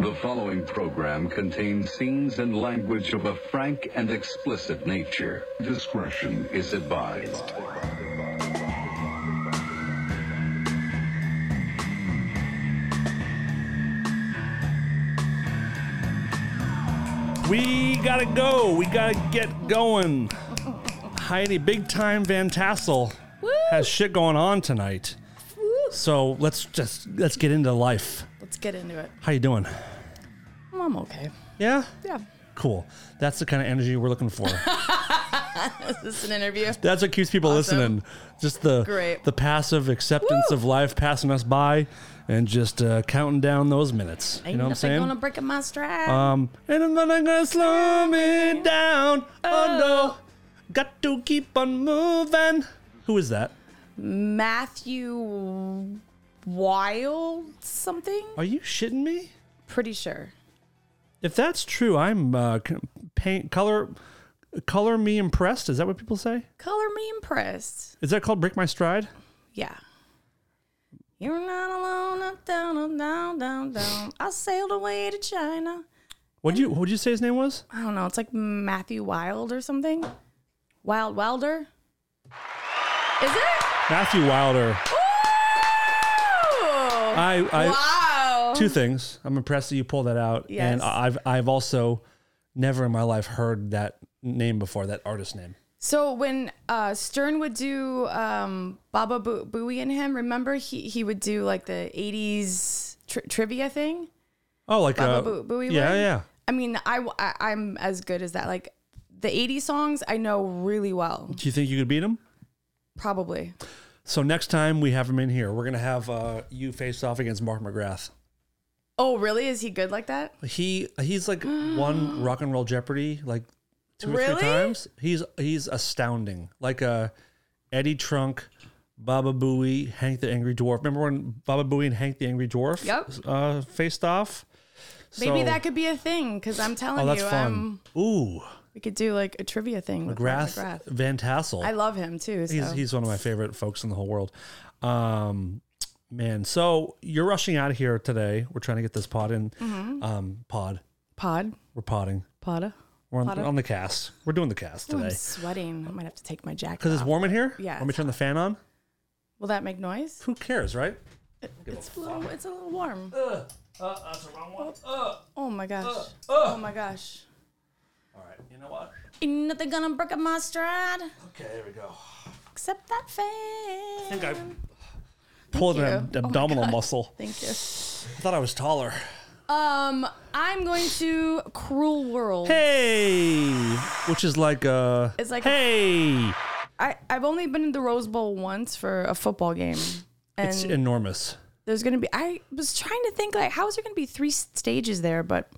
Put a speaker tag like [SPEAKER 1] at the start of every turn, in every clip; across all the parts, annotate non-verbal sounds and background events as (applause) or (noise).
[SPEAKER 1] The following program contains scenes and language of a frank and explicit nature. Discretion is advised.
[SPEAKER 2] We gotta go. We gotta get going. Heidi, big time Van Tassel has shit going on tonight. So let's just let's get into life.
[SPEAKER 3] Let's get into it.
[SPEAKER 2] How you doing?
[SPEAKER 3] Well, I'm okay.
[SPEAKER 2] Yeah?
[SPEAKER 3] Yeah.
[SPEAKER 2] Cool. That's the kind of energy we're looking for. (laughs)
[SPEAKER 3] Is this an interview?
[SPEAKER 2] That's what keeps people
[SPEAKER 3] Awesome.
[SPEAKER 2] listening. Just the
[SPEAKER 3] Great.
[SPEAKER 2] the passive acceptance
[SPEAKER 3] Woo!
[SPEAKER 2] of life passing us by and just uh, counting down those minutes. you know what I'm saying?
[SPEAKER 3] gonna break up my stride.
[SPEAKER 2] Um, and I'm not gonna slow me down. Oh no, got to keep on moving. Who is that?
[SPEAKER 3] Matthew Wild something?
[SPEAKER 2] Are you shitting me?
[SPEAKER 3] Pretty sure.
[SPEAKER 2] If that's true, I'm uh, c- paint color, color me impressed. Is that what people say?
[SPEAKER 3] Color me impressed.
[SPEAKER 2] Is that called break my stride?
[SPEAKER 3] Yeah. You're not alone. Up, down, up, down, down, down. I sailed away to China.
[SPEAKER 2] What would you what would you say his name was?
[SPEAKER 3] I don't know. It's like Matthew Wild or something. Wild Wilder. Is it?
[SPEAKER 2] Matthew Wilder.
[SPEAKER 3] Ooh!
[SPEAKER 2] I- I-
[SPEAKER 3] wow.
[SPEAKER 2] Two things. I'm impressed that you pulled that out.
[SPEAKER 3] Yes.
[SPEAKER 2] And I- I've I've also never in my life heard that name before. That artist name.
[SPEAKER 3] So when uh, Stern would do um, Baba Bo- Booey and him, remember he he would do like the '80s tri- trivia thing.
[SPEAKER 2] Oh, like
[SPEAKER 3] Baba
[SPEAKER 2] uh,
[SPEAKER 3] Boo- Booey.
[SPEAKER 2] Yeah,
[SPEAKER 3] one?
[SPEAKER 2] yeah.
[SPEAKER 3] I mean, I, I am as good as that. Like the '80s songs, I know really well.
[SPEAKER 2] Do you think you could beat him?
[SPEAKER 3] Probably.
[SPEAKER 2] So next time we have him in here, we're gonna have uh, you face off against Mark McGrath.
[SPEAKER 3] Oh, really? Is he good like that?
[SPEAKER 2] He he's like
[SPEAKER 3] (gasps)
[SPEAKER 2] won Rock and Roll Jeopardy like two or
[SPEAKER 3] Really?
[SPEAKER 2] three times. He's he's astounding. Like uh, Eddie Trunk, Baba Booey, Hank the Angry Dwarf. Remember when Baba Booey and Hank the Angry Dwarf
[SPEAKER 3] Yep.
[SPEAKER 2] uh, faced off?
[SPEAKER 3] Maybe
[SPEAKER 2] So-
[SPEAKER 3] that could be a thing because I'm telling
[SPEAKER 2] Oh, that's
[SPEAKER 3] you,
[SPEAKER 2] fun.
[SPEAKER 3] um,
[SPEAKER 2] Ooh,
[SPEAKER 3] we could do like a trivia thing with Mark
[SPEAKER 2] McGrath,
[SPEAKER 3] McGrath.
[SPEAKER 2] Van Tassel.
[SPEAKER 3] I love him too. So.
[SPEAKER 2] He's, he's one of my favorite folks in the whole world. Um, man, so you're rushing out of here today. We're trying to get this pod in. Um, pod.
[SPEAKER 3] Pod,
[SPEAKER 2] We're podding.
[SPEAKER 3] Poda.
[SPEAKER 2] We're on, on the cast. We're doing the cast
[SPEAKER 3] Oh, I'm
[SPEAKER 2] today.
[SPEAKER 3] sweating. I might have to take my jacket.
[SPEAKER 2] Because it's
[SPEAKER 3] off.
[SPEAKER 2] warm in here?
[SPEAKER 3] Yeah,
[SPEAKER 2] Let me
[SPEAKER 3] it's
[SPEAKER 2] turn the fan on.
[SPEAKER 3] Will that make noise?
[SPEAKER 2] Who cares, right?
[SPEAKER 3] It's a little, it's a little warm.
[SPEAKER 2] Uh, that's the wrong one.
[SPEAKER 3] Oh my gosh. Oh my gosh.
[SPEAKER 2] All right, you know what?
[SPEAKER 3] Ain't nothing gonna break up my stride
[SPEAKER 2] Okay, there we go.
[SPEAKER 3] except that
[SPEAKER 2] I
[SPEAKER 3] fan.
[SPEAKER 2] think I Oh pulled an
[SPEAKER 3] you.
[SPEAKER 2] ab- abdominal muscle.
[SPEAKER 3] Thank you.
[SPEAKER 2] I thought I was taller.
[SPEAKER 3] Um, I'm going to Cruel World.
[SPEAKER 2] Hey! Which is like uh
[SPEAKER 3] It's like-
[SPEAKER 2] hey!
[SPEAKER 3] I, I've only been in the Rose Bowl once for a football game. And
[SPEAKER 2] It's enormous.
[SPEAKER 3] there's gonna be I was trying to think like how is there gonna be three s- stages there, but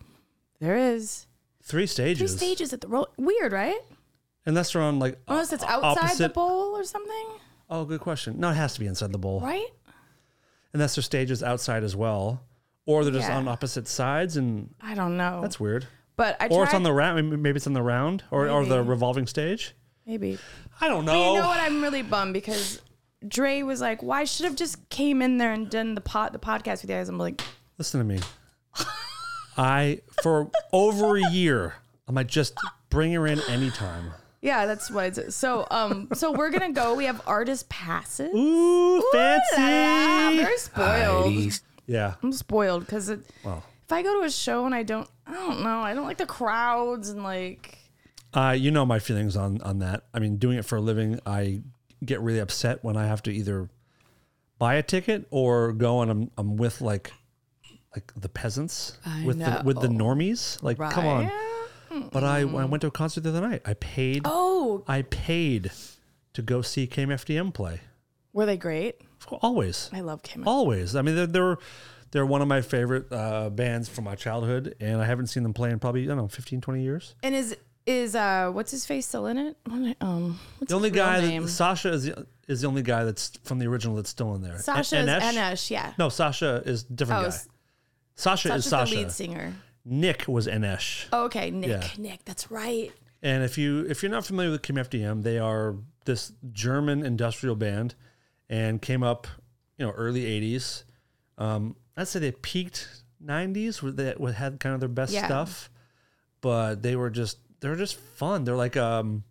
[SPEAKER 3] there is.
[SPEAKER 2] Three
[SPEAKER 3] Three
[SPEAKER 2] stages.
[SPEAKER 3] stages at the road. Weird, right?
[SPEAKER 2] Unless they're on like o-
[SPEAKER 3] Unless it's
[SPEAKER 2] o-
[SPEAKER 3] outside the
[SPEAKER 2] Uh, opposite-
[SPEAKER 3] bowl or something,
[SPEAKER 2] Oh, good question. No, it has to be inside the bowl.
[SPEAKER 3] right?
[SPEAKER 2] Unless there's stages outside as well, or they're just
[SPEAKER 3] Yeah.
[SPEAKER 2] on opposite sides, and
[SPEAKER 3] I don't know.
[SPEAKER 2] that's weird.
[SPEAKER 3] but I tried,
[SPEAKER 2] Or it's on the round. Maybe it's on the round or, or the
[SPEAKER 3] Maybe.
[SPEAKER 2] revolving stage.
[SPEAKER 3] maybe
[SPEAKER 2] I don't
[SPEAKER 3] But
[SPEAKER 2] know.
[SPEAKER 3] you know what? I'm really bummed because Dre was like, "Why should have just came in there and done the pot the podcast with you guys?" I'm like,
[SPEAKER 2] Listen to me. I for over a year. I'm like just bring her in anytime.
[SPEAKER 3] "Yeah, that's what I did." So, um, so we're gonna go. We have artist passes.
[SPEAKER 2] Ooh,
[SPEAKER 3] Yeah, I'm
[SPEAKER 2] fancy.
[SPEAKER 3] very spoiled.
[SPEAKER 2] Yeah.
[SPEAKER 3] I'm spoiled because it.
[SPEAKER 2] Well.
[SPEAKER 3] If I go to a show and I don't, I don't know. I don't like the crowds and like.
[SPEAKER 2] Uh, you know my feelings on on that. I mean, doing it for a living, I get really upset when I have to either buy a ticket or go and I'm I'm with like like the peasants
[SPEAKER 3] I
[SPEAKER 2] with the with the
[SPEAKER 3] know.
[SPEAKER 2] normies. Like, come on. But I I went to a concert the other night. I paid
[SPEAKER 3] Oh,
[SPEAKER 2] I paid to go see KMFDM play.
[SPEAKER 3] were they great?
[SPEAKER 2] Always.
[SPEAKER 3] I love Kim.
[SPEAKER 2] Always. I mean, they're they're, they're one of my favorite uh, bands from my childhood, and I haven't seen them play in probably I don't know 15, 20 years.
[SPEAKER 3] And is is uh what's his face still in it? What- Um, what's
[SPEAKER 2] The only
[SPEAKER 3] his real
[SPEAKER 2] guy
[SPEAKER 3] name?
[SPEAKER 2] that Sasha is the, is the only guy that's from the original that's still in there.
[SPEAKER 3] Sasha
[SPEAKER 2] An-
[SPEAKER 3] is
[SPEAKER 2] Enesh?
[SPEAKER 3] Enesh, yeah.
[SPEAKER 2] No, Sasha is a different
[SPEAKER 3] Oh,
[SPEAKER 2] guy.
[SPEAKER 3] S-
[SPEAKER 2] Sasha
[SPEAKER 3] Sasha's
[SPEAKER 2] is Sasha.
[SPEAKER 3] the lead singer.
[SPEAKER 2] Nick was Enesh.
[SPEAKER 3] Oh, okay, Nick.
[SPEAKER 2] Yeah.
[SPEAKER 3] Nick, that's right.
[SPEAKER 2] And if you if you're not familiar with Kim FDM, they are this German industrial band, and came up, you know, early '80s. Um, I'd say they peaked 90s were that were- had kind of their best
[SPEAKER 3] Yeah.
[SPEAKER 2] stuff, but they were just they're just fun. They're like um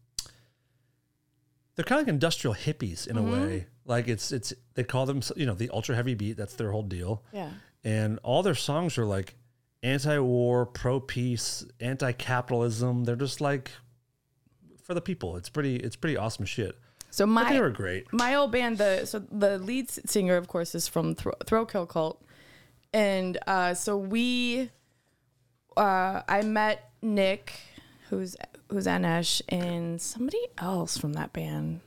[SPEAKER 2] they're kind of like industrial hippies in
[SPEAKER 3] Mm-hmm.
[SPEAKER 2] a way. Like it's it's they call them you know the ultra heavy beat. That's their whole deal
[SPEAKER 3] Yeah.
[SPEAKER 2] and all their songs are like anti-war, pro-peace, anti-capitalism. They're just like for the people. It's pretty. It's pretty awesome shit.
[SPEAKER 3] So
[SPEAKER 2] But they
[SPEAKER 3] my
[SPEAKER 2] were great.
[SPEAKER 3] my old band, the so the lead s- singer, of course, is from Thro- Throw Kill Cult, and uh, so we, uh, I met Nick, who's who's Anesh, and somebody else from that band.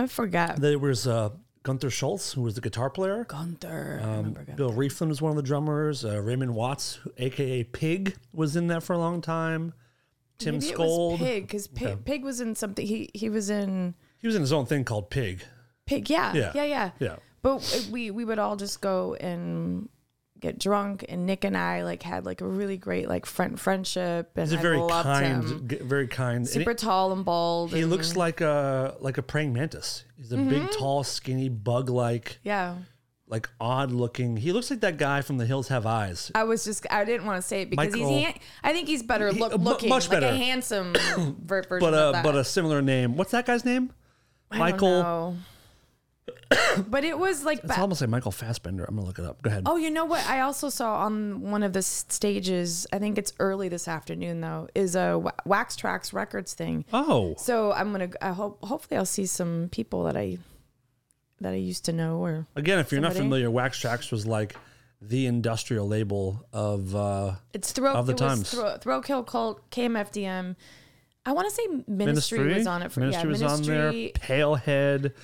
[SPEAKER 3] I forgot.
[SPEAKER 2] There was uh, Gunther Schultz, who was the guitar player.
[SPEAKER 3] Gunther.
[SPEAKER 2] Um,
[SPEAKER 3] I remember Gunther.
[SPEAKER 2] Bill Rieflin was one of the drummers. Uh, Raymond Watts, who- aka Pig, was in that for a long time. Tim
[SPEAKER 3] Maybe it was
[SPEAKER 2] Scold.
[SPEAKER 3] Pig because Pig, Pig was in something. He he was in
[SPEAKER 2] He was in his own thing called Pig.
[SPEAKER 3] Pig. Yeah.
[SPEAKER 2] Yeah.
[SPEAKER 3] Yeah. Yeah.
[SPEAKER 2] Yeah.
[SPEAKER 3] But we we would all just go and get drunk, and Nick and I like had like a really great like friend friendship, and
[SPEAKER 2] He's a
[SPEAKER 3] I
[SPEAKER 2] very
[SPEAKER 3] loved
[SPEAKER 2] kind,
[SPEAKER 3] him.
[SPEAKER 2] g- very kind. and he-
[SPEAKER 3] Super tall and bald.
[SPEAKER 2] he
[SPEAKER 3] and-
[SPEAKER 2] looks like a like a praying mantis. He's a
[SPEAKER 3] Mm-hmm.
[SPEAKER 2] big, tall, skinny, bug-like.
[SPEAKER 3] Yeah.
[SPEAKER 2] like odd looking. He looks like that guy from The Hills Have Eyes.
[SPEAKER 3] I was just I didn't want to say it because
[SPEAKER 2] Michael-
[SPEAKER 3] he's han- I think he's better
[SPEAKER 2] He- uh,
[SPEAKER 3] look,
[SPEAKER 2] mu-
[SPEAKER 3] looking,
[SPEAKER 2] much better.
[SPEAKER 3] like a
[SPEAKER 2] (coughs)
[SPEAKER 3] handsome ver- version
[SPEAKER 2] But
[SPEAKER 3] of
[SPEAKER 2] a
[SPEAKER 3] that.
[SPEAKER 2] but a similar name. What's that guy's name?
[SPEAKER 3] I don't
[SPEAKER 2] Michael.
[SPEAKER 3] know. but it was like
[SPEAKER 2] It's
[SPEAKER 3] ba-
[SPEAKER 2] almost like Michael Fassbender. I'm gonna look it up. Go ahead.
[SPEAKER 3] Oh, you know what? I also saw on one of the s- stages. I think it's early this afternoon though. Is a Wa- Wax Tracks Records thing.
[SPEAKER 2] Oh,
[SPEAKER 3] So I'm gonna. I hope. Hopefully, I'll see some people that I that I used to know. Or
[SPEAKER 2] again, if you're not
[SPEAKER 3] somebody?
[SPEAKER 2] familiar, Wax Trax was like the industrial label of. uh
[SPEAKER 3] it's throw
[SPEAKER 2] Of the
[SPEAKER 3] it
[SPEAKER 2] times.
[SPEAKER 3] Was throw, throw kill cult KMFDM. I want to say ministry,
[SPEAKER 2] Ministry
[SPEAKER 3] was on it for
[SPEAKER 2] Ministry
[SPEAKER 3] yeah.
[SPEAKER 2] was on there.
[SPEAKER 3] ministry,
[SPEAKER 2] Palehead, Meat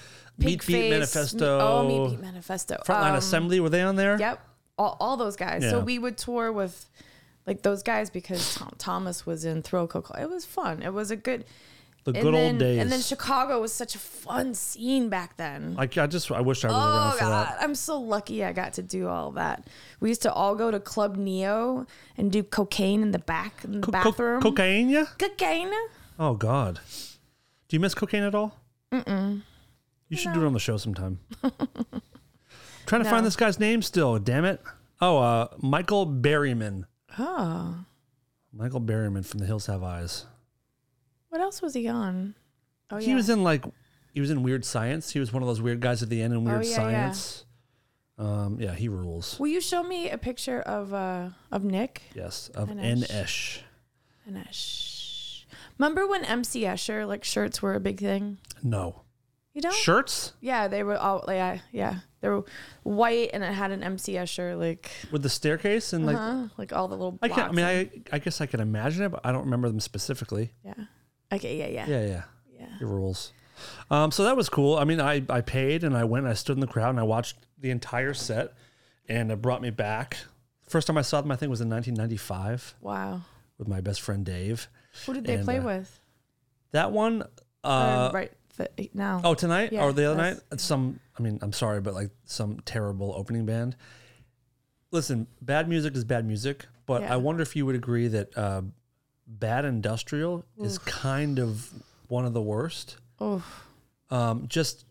[SPEAKER 3] Pink
[SPEAKER 2] Beat
[SPEAKER 3] Face,
[SPEAKER 2] Manifesto,
[SPEAKER 3] Me- oh, Meat Beat Manifesto.
[SPEAKER 2] Frontline
[SPEAKER 3] Um,
[SPEAKER 2] Assembly. Were they on there?
[SPEAKER 3] Yep, all, all those guys. So
[SPEAKER 2] Yeah.
[SPEAKER 3] we would tour with like those guys because Tom, Thomas was in throw kill cult. It was fun. It was a good.
[SPEAKER 2] The
[SPEAKER 3] And
[SPEAKER 2] good
[SPEAKER 3] then,
[SPEAKER 2] old days.
[SPEAKER 3] And then Chicago was such a fun scene back then.
[SPEAKER 2] Like I just I wish I was around
[SPEAKER 3] Oh
[SPEAKER 2] for
[SPEAKER 3] God,
[SPEAKER 2] that.
[SPEAKER 3] I'm so lucky I got to do all that. We used to all go to Club Neo and do cocaine in the back in the
[SPEAKER 2] Co- co-
[SPEAKER 3] bathroom.
[SPEAKER 2] cocaine, yeah.
[SPEAKER 3] cocaine?
[SPEAKER 2] Oh God, do you miss cocaine at all? Mm-mm. You should do it on the show
[SPEAKER 3] (laughs)
[SPEAKER 2] sometime. Trying to find
[SPEAKER 3] No.
[SPEAKER 2] this guy's name still. Damn it! Oh, uh, Michael Berryman.
[SPEAKER 3] Oh,
[SPEAKER 2] Michael Berryman from The Hills Have Eyes.
[SPEAKER 3] what else was he on? Oh
[SPEAKER 2] He was in like he was in Weird Science. He was one of those weird guys at the end in Weird
[SPEAKER 3] Oh, yeah, yeah.
[SPEAKER 2] Science. Um, yeah, he rules.
[SPEAKER 3] Will you show me a picture of uh of Nick
[SPEAKER 2] Yes, of N
[SPEAKER 3] Dinesh.
[SPEAKER 2] Esh.
[SPEAKER 3] and Esh? Remember when MC Escher like shirts were a big thing?
[SPEAKER 2] No
[SPEAKER 3] You know?
[SPEAKER 2] shirts
[SPEAKER 3] Yeah, they were all like I- yeah, they were white and it had an MC Escher like
[SPEAKER 2] with the staircase and like.
[SPEAKER 3] huh? like all the little
[SPEAKER 2] I,
[SPEAKER 3] blocks.
[SPEAKER 2] can, I mean, I I guess I can imagine it, but I don't remember them specifically.
[SPEAKER 3] yeah. Okay, yeah, yeah.
[SPEAKER 2] Yeah, yeah.
[SPEAKER 3] Yeah.
[SPEAKER 2] Your rules. Um, so that was cool. I mean, I, I paid and I went and I stood in the crowd and I watched the entire set and it brought me back. First time I saw them, I think, was in 1995
[SPEAKER 3] Wow.
[SPEAKER 2] with my best friend Dave.
[SPEAKER 3] Who did they
[SPEAKER 2] And,
[SPEAKER 3] play
[SPEAKER 2] uh,
[SPEAKER 3] with?
[SPEAKER 2] That one,
[SPEAKER 3] Uh,
[SPEAKER 2] uh,
[SPEAKER 3] right th- now.
[SPEAKER 2] oh, tonight
[SPEAKER 3] yeah,
[SPEAKER 2] or the other night,
[SPEAKER 3] that's-
[SPEAKER 2] some, I mean, I'm sorry, but like some terrible opening band. Listen, bad music is bad music, but
[SPEAKER 3] Yeah.
[SPEAKER 2] I wonder if you would agree that uh, bad industrial is kind of one of the worst.
[SPEAKER 3] Oh,
[SPEAKER 2] um, just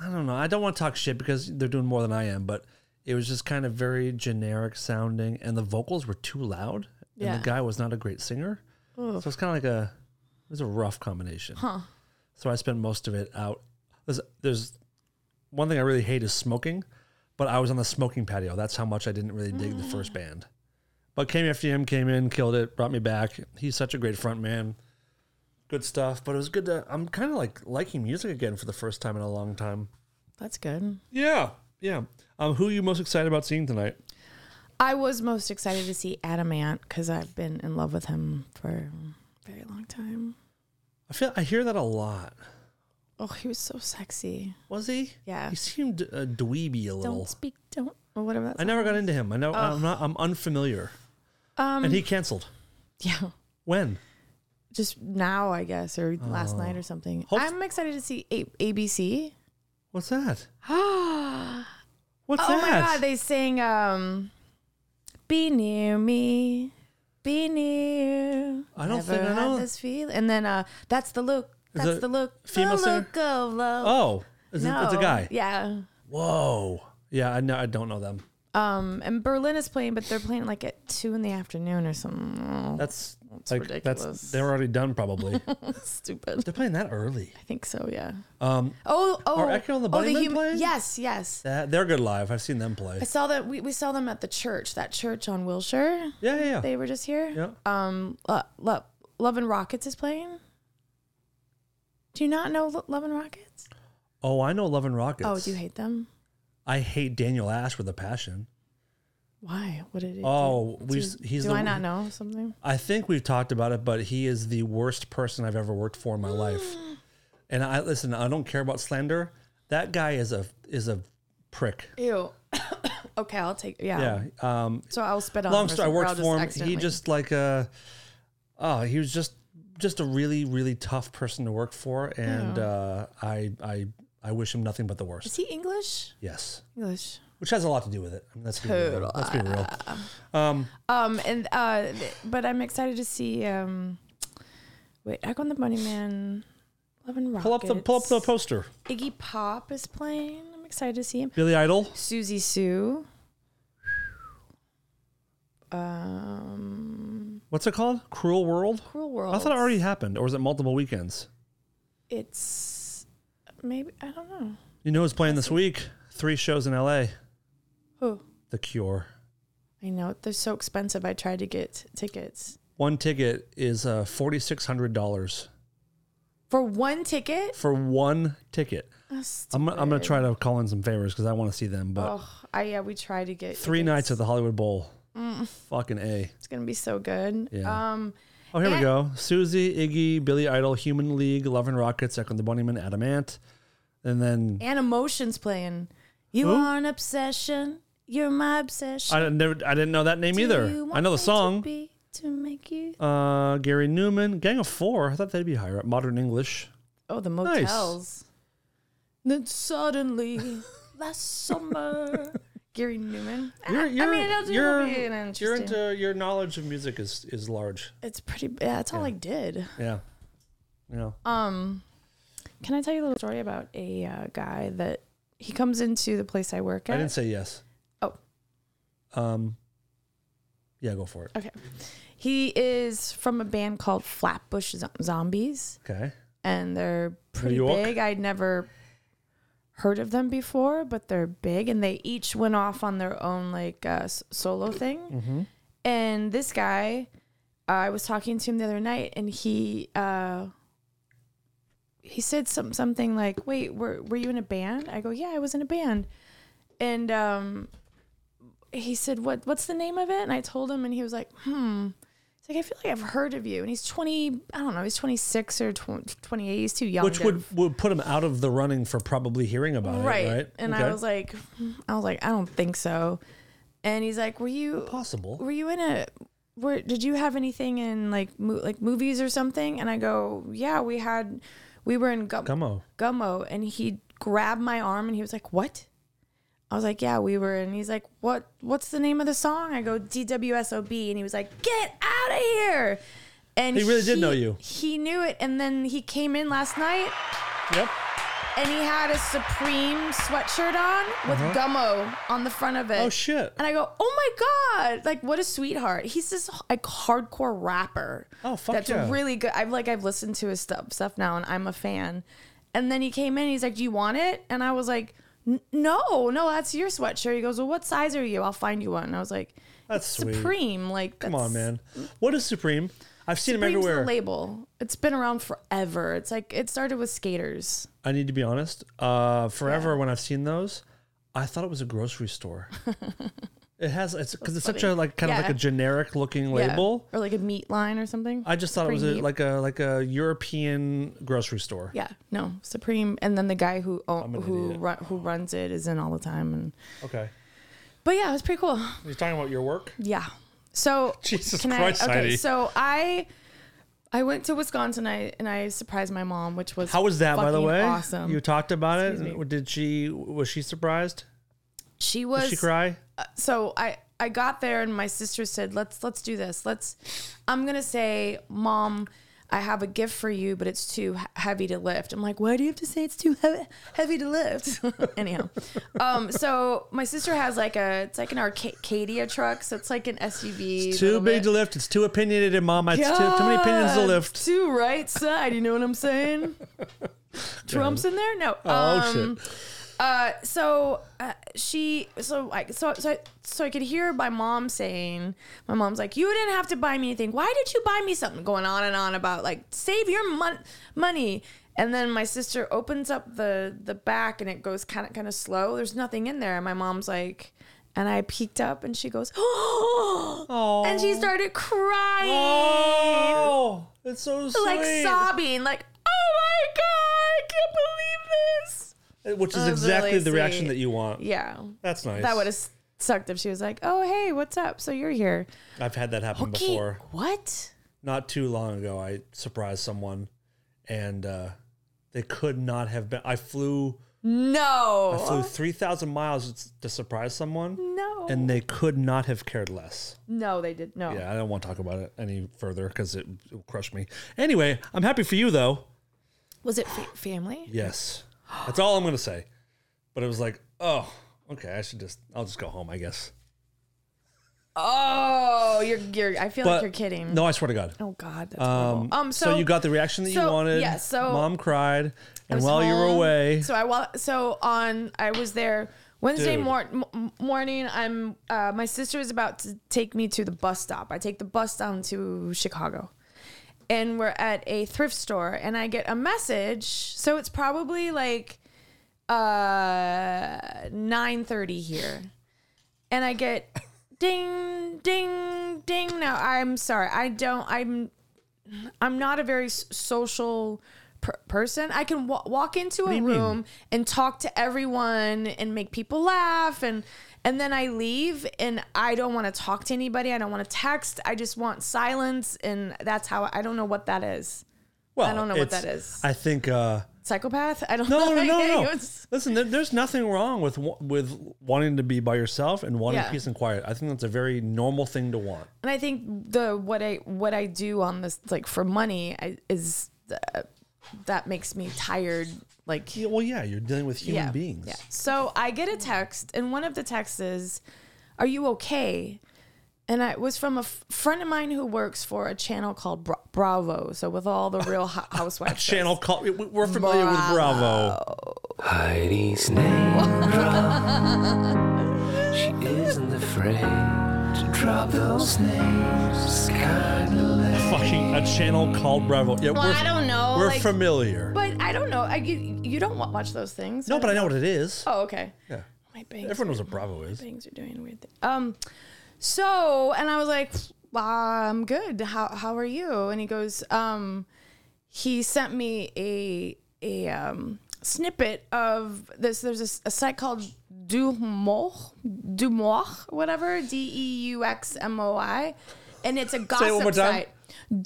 [SPEAKER 2] I don't know. I don't want to talk shit because they're doing more than I am, but it was just kind of very generic sounding, and the vocals were too loud, and
[SPEAKER 3] Yeah.
[SPEAKER 2] the guy was not a great singer, so it's kind of like a it was a rough combination.
[SPEAKER 3] Huh.
[SPEAKER 2] So I spent most of it out. There's, there's one thing I really hate is smoking, but I was on the smoking patio. That's how much I didn't really dig the
[SPEAKER 3] Mm.
[SPEAKER 2] first band. But KMFDM came in, killed it, brought me back. He's such a great front man. Good stuff. But it was good to I'm kinda like liking music again for the first time in a long time.
[SPEAKER 3] that's good.
[SPEAKER 2] Yeah. Yeah. Um, who are you most excited about seeing tonight?
[SPEAKER 3] I was most excited to see Adamant because I've been in love with him for a very long time.
[SPEAKER 2] I feel I hear that a lot.
[SPEAKER 3] Oh, he was so sexy.
[SPEAKER 2] Was he?
[SPEAKER 3] Yeah.
[SPEAKER 2] He seemed uh, dweeby a little.
[SPEAKER 3] Don't speak, don't, or whatever that's.
[SPEAKER 2] I never got into him. I know I'm not I'm unfamiliar.
[SPEAKER 3] Um,
[SPEAKER 2] and he canceled.
[SPEAKER 3] (laughs) yeah.
[SPEAKER 2] When?
[SPEAKER 3] Just now, I guess, or last night or something.
[SPEAKER 2] Oh. Hope-
[SPEAKER 3] I'm excited to see a- ABC.
[SPEAKER 2] What's
[SPEAKER 3] (gasps)
[SPEAKER 2] that?
[SPEAKER 3] oh
[SPEAKER 2] What's
[SPEAKER 3] my
[SPEAKER 2] that?
[SPEAKER 3] God. They sing, um, Be Near Me, Be Near.
[SPEAKER 2] I don't
[SPEAKER 3] Never
[SPEAKER 2] think I
[SPEAKER 3] had
[SPEAKER 2] know.
[SPEAKER 3] this feel. And then uh, That's the Look.
[SPEAKER 2] Is
[SPEAKER 3] That's
[SPEAKER 2] it
[SPEAKER 3] the look.
[SPEAKER 2] female
[SPEAKER 3] the
[SPEAKER 2] singer?
[SPEAKER 3] look of love.
[SPEAKER 2] oh, it's, a, it's a
[SPEAKER 3] No.
[SPEAKER 2] guy.
[SPEAKER 3] Yeah.
[SPEAKER 2] Whoa. Yeah, I know. I don't know them.
[SPEAKER 3] Um, and Berlin is playing, but they're playing like at two in the afternoon or something. Oh,
[SPEAKER 2] That's
[SPEAKER 3] That's
[SPEAKER 2] like
[SPEAKER 3] ridiculous.
[SPEAKER 2] that's they're already done
[SPEAKER 3] (laughs)
[SPEAKER 2] probably.
[SPEAKER 3] that's stupid.
[SPEAKER 2] they're playing that early.
[SPEAKER 3] I think so. Yeah.
[SPEAKER 2] Um,
[SPEAKER 3] Oh, oh.
[SPEAKER 2] Are Echo and the
[SPEAKER 3] oh,
[SPEAKER 2] Bunnymen
[SPEAKER 3] hum-
[SPEAKER 2] playing?
[SPEAKER 3] Yes, yes.
[SPEAKER 2] that, they're good live. I've seen them play.
[SPEAKER 3] I saw that. We, we saw them at the church. That church on Wilshire.
[SPEAKER 2] Yeah, yeah, yeah.
[SPEAKER 3] They were just here.
[SPEAKER 2] yeah.
[SPEAKER 3] Um, Lo- Lo- Love and Rockets is playing. Do you not know Lo- Love and Rockets?
[SPEAKER 2] oh, I know Love and Rockets.
[SPEAKER 3] Oh, do you hate them?
[SPEAKER 2] I hate Daniel Ash with a passion.
[SPEAKER 3] Why? What did it?
[SPEAKER 2] Oh,
[SPEAKER 3] do?
[SPEAKER 2] we
[SPEAKER 3] do,
[SPEAKER 2] s- he's
[SPEAKER 3] do
[SPEAKER 2] the
[SPEAKER 3] I
[SPEAKER 2] one-
[SPEAKER 3] not know something?
[SPEAKER 2] I think we've talked about it, but he is the worst person I've ever worked for in my
[SPEAKER 3] (gasps)
[SPEAKER 2] life. And I listen. I don't care about slander. That guy is a is a prick.
[SPEAKER 3] Ew. (coughs) okay, I'll take. Yeah.
[SPEAKER 2] Yeah. Um,
[SPEAKER 3] So I'll spit on.
[SPEAKER 2] long
[SPEAKER 3] him or
[SPEAKER 2] story. I
[SPEAKER 3] something, or
[SPEAKER 2] worked
[SPEAKER 3] I'll
[SPEAKER 2] for him. He
[SPEAKER 3] accidentally-
[SPEAKER 2] just like uh, oh, he was just just a really really tough person to work for, and
[SPEAKER 3] Yeah.
[SPEAKER 2] uh, I I I wish him nothing but the worst.
[SPEAKER 3] is he English?
[SPEAKER 2] Yes,
[SPEAKER 3] English.
[SPEAKER 2] which has a lot to do with it. I mean, let's be real. Let's be real.
[SPEAKER 3] Ah.
[SPEAKER 2] Um,
[SPEAKER 3] Um, and uh, th- but I'm excited to see. Um, wait, Echo and the Bunny Man, Love and Rockets.
[SPEAKER 2] pull up the pull up the poster.
[SPEAKER 3] Iggy Pop is playing. I'm excited to see him.
[SPEAKER 2] Billy Idol.
[SPEAKER 3] Susie Sue. Um,
[SPEAKER 2] What's it called? Cruel World.
[SPEAKER 3] Cruel World.
[SPEAKER 2] I thought it already happened, or was it multiple weekends?
[SPEAKER 3] It's maybe I don't know
[SPEAKER 2] You know who's playing this week? Three shows in LA.
[SPEAKER 3] who.
[SPEAKER 2] The Cure.
[SPEAKER 3] I know they're so expensive. I tried to get tickets
[SPEAKER 2] One ticket is uh, forty six hundred dollars
[SPEAKER 3] for one ticket.
[SPEAKER 2] for one ticket. I'm, I'm gonna try to call in some favors because I want to see them. But
[SPEAKER 3] Oh, I yeah, we tried to get
[SPEAKER 2] three
[SPEAKER 3] tickets. Mm,
[SPEAKER 2] nights at the Hollywood Bowl. Fucking a.
[SPEAKER 3] It's gonna be so good.
[SPEAKER 2] Yeah.
[SPEAKER 3] Um,
[SPEAKER 2] Oh, here we
[SPEAKER 3] And-
[SPEAKER 2] go. Susie, Iggy, Billy Idol, Human League, Love and Rockets, Echo and the Bunnymen, Adam Ant, and then
[SPEAKER 3] and emotions playing. You
[SPEAKER 2] Who?
[SPEAKER 3] are an obsession. You're my obsession.
[SPEAKER 2] I didn't- never I didn't know that name
[SPEAKER 3] Do
[SPEAKER 2] either.
[SPEAKER 3] you
[SPEAKER 2] I
[SPEAKER 3] want
[SPEAKER 2] know the
[SPEAKER 3] me to
[SPEAKER 2] song.
[SPEAKER 3] be- to make you.
[SPEAKER 2] Uh, Gary Newman, Gang of Four. I thought they'd be higher up. Modern English.
[SPEAKER 3] Oh, the
[SPEAKER 2] Nice.
[SPEAKER 3] motels. Then (laughs) suddenly, last summer, Gary Newman.
[SPEAKER 2] (laughs) You're, you're,
[SPEAKER 3] I mean, it'll, it'll
[SPEAKER 2] you're,
[SPEAKER 3] be an
[SPEAKER 2] you're
[SPEAKER 3] interesting.
[SPEAKER 2] into your knowledge of music is is large.
[SPEAKER 3] it's pretty. Yeah, that's all I did.
[SPEAKER 2] Yeah, yeah.
[SPEAKER 3] Um, can I tell you a little story about a uh, guy that he comes into the place I work
[SPEAKER 2] I
[SPEAKER 3] at?
[SPEAKER 2] didn't say yes.
[SPEAKER 3] Oh.
[SPEAKER 2] Um. Yeah, go for it.
[SPEAKER 3] okay. He is from a band called Flatbush Zo- Zombies.
[SPEAKER 2] Okay.
[SPEAKER 3] and they're pretty
[SPEAKER 2] York?
[SPEAKER 3] big. I'd never heard of them before, but they're big, and they each went off on their own like uh, s- solo thing.
[SPEAKER 2] Mm-hmm.
[SPEAKER 3] And this guy, I was talking to him the other night, and he uh, he said some something like, "Wait, were were you in a band?" I go, "Yeah, I was in a band," and um, he said, "What what's the name of it?" And I told him, and he was like, "Hmm." It's like I feel like I've heard of you, and he's twenty. I don't know. He's twenty six or tw- twenty eight. He's too young.
[SPEAKER 2] Which
[SPEAKER 3] to-
[SPEAKER 2] would would put him out of the running for probably hearing about
[SPEAKER 3] right?
[SPEAKER 2] it, right?
[SPEAKER 3] And
[SPEAKER 2] Okay.
[SPEAKER 3] I was like, hmm, I was like, I don't think so. And he's like, Were you
[SPEAKER 2] possible.
[SPEAKER 3] were you in a were did you have anything in like mo- like movies or something? And I go, Yeah, we had we were in Gum-
[SPEAKER 2] Gummo.
[SPEAKER 3] Gummo, and he grabbed my arm and he was like, What? I was like, Yeah, we were. And he's like, What? What's the name of the song? I go, DWSOB. And he was like, Get out of here. And
[SPEAKER 2] He really did know you.
[SPEAKER 3] He knew it. And then he came in last night
[SPEAKER 2] Yep.
[SPEAKER 3] and he had a Supreme sweatshirt on with Gummo on the front of it.
[SPEAKER 2] Uh-huh. Oh shit.
[SPEAKER 3] And I go, oh my god! Like, what a sweetheart. He's this like hardcore rapper.
[SPEAKER 2] Oh, fuck
[SPEAKER 3] That's
[SPEAKER 2] yeah.
[SPEAKER 3] really good. I've like I've listened to his stuff stuff now, and I'm a fan. And then he came in. He's like, "Do you want it?" And I was like, "N- "No, no, that's your sweatshirt." He goes, "Well, what size are you? I'll find you one." And I was like,
[SPEAKER 2] That's
[SPEAKER 3] "It's
[SPEAKER 2] sweet.
[SPEAKER 3] Supreme." Like,
[SPEAKER 2] Come on, man. What is Supreme? I've seen him
[SPEAKER 3] Supreme's
[SPEAKER 2] everywhere.
[SPEAKER 3] the label. It's been around forever. It's like it started with skaters.
[SPEAKER 2] I need to be honest. Uh, forever when I've seen those, I thought it was a grocery store.
[SPEAKER 3] (laughs)
[SPEAKER 2] it has it's because it's such a
[SPEAKER 3] funny.
[SPEAKER 2] like kind of like
[SPEAKER 3] Yeah.
[SPEAKER 2] a generic looking
[SPEAKER 3] Yeah.
[SPEAKER 2] label.
[SPEAKER 3] or like a meat line or something.
[SPEAKER 2] I just thought it was
[SPEAKER 3] Pretty
[SPEAKER 2] a,
[SPEAKER 3] neat.
[SPEAKER 2] like a like a European grocery store.
[SPEAKER 3] Yeah, no, Supreme, and then the guy who own,
[SPEAKER 2] an
[SPEAKER 3] who
[SPEAKER 2] idiot.
[SPEAKER 3] run, who runs it is in all the time, and
[SPEAKER 2] Okay.
[SPEAKER 3] but yeah, it was pretty cool.
[SPEAKER 2] You're talking about your work?
[SPEAKER 3] Yeah, so
[SPEAKER 2] Jesus Christ,
[SPEAKER 3] I,
[SPEAKER 2] Heidi.
[SPEAKER 3] so I I went to Wisconsin, I and I surprised my mom, which was
[SPEAKER 2] How was that, by the
[SPEAKER 3] fucking
[SPEAKER 2] way?
[SPEAKER 3] Awesome.
[SPEAKER 2] You talked about it.
[SPEAKER 3] Excuse me.
[SPEAKER 2] Did she was she surprised?
[SPEAKER 3] she
[SPEAKER 2] Did
[SPEAKER 3] was
[SPEAKER 2] she cry?
[SPEAKER 3] so I I got there and my sister said, "Let's let's do this. Let's." I'm gonna say, "Mom, I have a gift for you, but it's too he- heavy to lift. I'm like, why do you have to say it's too he- heavy to lift? (laughs) Anyhow, um, so my sister has like a, it's like an Arca- Arcadia truck, so it's like an SUV.
[SPEAKER 2] Too
[SPEAKER 3] little
[SPEAKER 2] big
[SPEAKER 3] bit.
[SPEAKER 2] to lift. It's too opinionated, Mama. It's too, too many opinions to
[SPEAKER 3] God,
[SPEAKER 2] lift.
[SPEAKER 3] Too right side, you know what
[SPEAKER 2] (laughs)
[SPEAKER 3] I'm saying? Trump's in there? No.
[SPEAKER 2] Oh
[SPEAKER 3] um,
[SPEAKER 2] shit!
[SPEAKER 3] uh, so uh, she, so I, so so I, so I could hear my mom saying, my mom's like, "You didn't have to buy me anything. Why did you buy me something?" Going on and on about like save your mon- money. And then my sister opens up the the back, and it goes kind of kind of slow. There's nothing in there. And my mom's like, and I peeked up, and she goes, (gasps) oh, and she started crying
[SPEAKER 2] Oh, it's so sweet.
[SPEAKER 3] like sobbing, like, oh my God, I can't believe this.
[SPEAKER 2] Which is
[SPEAKER 3] was
[SPEAKER 2] exactly
[SPEAKER 3] Oh, really
[SPEAKER 2] the reaction
[SPEAKER 3] sweet.
[SPEAKER 2] that you want.
[SPEAKER 3] Yeah.
[SPEAKER 2] That's nice.
[SPEAKER 3] That would have sucked if she was like, oh, hey, what's up? So you're here.
[SPEAKER 2] I've had that happen
[SPEAKER 3] Okay,
[SPEAKER 2] before.
[SPEAKER 3] What?
[SPEAKER 2] Not too long ago, I surprised someone, and uh, they could not have been. I flew.
[SPEAKER 3] No.
[SPEAKER 2] I flew three thousand miles to surprise someone,
[SPEAKER 3] no.
[SPEAKER 2] and they could not have cared less.
[SPEAKER 3] no, they did. No.
[SPEAKER 2] Yeah, I don't want to talk about it any further because it, it will crush me. Anyway, I'm happy for you though.
[SPEAKER 3] Was it fa- family? (gasps)
[SPEAKER 2] Yes, that's all I'm gonna say. But it was like, oh, okay. I should just. I'll just go home. I guess.
[SPEAKER 3] Oh, you're, you're, I feel like
[SPEAKER 2] But
[SPEAKER 3] you're kidding.
[SPEAKER 2] No, I swear to God.
[SPEAKER 3] Oh, God. That's
[SPEAKER 2] Um,
[SPEAKER 3] horrible. Um,
[SPEAKER 2] so,
[SPEAKER 3] so,
[SPEAKER 2] you got the reaction that you
[SPEAKER 3] so,
[SPEAKER 2] wanted.
[SPEAKER 3] yeah, so-
[SPEAKER 2] mom cried, and
[SPEAKER 3] was
[SPEAKER 2] while you were
[SPEAKER 3] home.
[SPEAKER 2] away,
[SPEAKER 3] So I wa- so on I was there Wednesday
[SPEAKER 2] Dude.
[SPEAKER 3] mor- m- morning. I'm uh, my sister is about to take me to the bus stop. I take the bus down to Chicago, and we're at a thrift store, and I get a message. So it's probably like uh, nine thirty here, and I get ding ding ding. Now I'm sorry. I don't. I'm I'm not a very s- social per- person. I can wa- walk into a
[SPEAKER 2] you
[SPEAKER 3] room and talk to everyone and make people laugh and and then I leave and I don't want to talk to anybody. I don't want to text. I just want silence and that's how I don't know what that is.
[SPEAKER 2] well,
[SPEAKER 3] don't know what
[SPEAKER 2] it's-
[SPEAKER 3] that is.
[SPEAKER 2] I think.
[SPEAKER 3] (laughs)
[SPEAKER 2] Uh,
[SPEAKER 3] Psychopath? I don't
[SPEAKER 2] no,
[SPEAKER 3] know.
[SPEAKER 2] no, no,
[SPEAKER 3] (laughs)
[SPEAKER 2] no. no.
[SPEAKER 3] It's-
[SPEAKER 2] Listen, there, there's nothing wrong with wa- with wanting to be by yourself and wanting
[SPEAKER 3] Yeah.
[SPEAKER 2] peace and quiet. I think that's a very normal thing to want.
[SPEAKER 3] And I think the what I what I do on this like for money I, is uh, that makes me tired like
[SPEAKER 2] Yeah, well, yeah, you're dealing with human beings.
[SPEAKER 3] Yeah. So I get a text, and one of the texts is, "Are you okay?" And I it was from a f- friend of mine who works for a channel called Bra- Bravo. So with all the Real
[SPEAKER 2] (laughs)
[SPEAKER 3] Ho- Housewives. shows.
[SPEAKER 2] Channel call. we- We're familiar with Bravo.
[SPEAKER 4] Heidi's name dropped. She isn't afraid to drop those names. Kinda
[SPEAKER 2] Fucking a channel called Bravo. Yeah,
[SPEAKER 3] Well,
[SPEAKER 2] we're,
[SPEAKER 3] I don't know.
[SPEAKER 2] We're
[SPEAKER 3] like,
[SPEAKER 2] familiar.
[SPEAKER 3] But I don't know. I you, you don't wa- watch those things.
[SPEAKER 2] no,
[SPEAKER 3] right?
[SPEAKER 2] but I know what it is.
[SPEAKER 3] Oh, okay.
[SPEAKER 2] Yeah.
[SPEAKER 3] My bangs.
[SPEAKER 2] Everyone knows what Bravo is.
[SPEAKER 3] things are doing weird things. Um, so and I was like, I'm good. How how are you? And he goes, um, he sent me a a um snippet of this. There's a, s- a site called Dumoi, Dumoi, whatever, D E U X M O I, and it's a gossip
[SPEAKER 2] one more time.
[SPEAKER 3] site.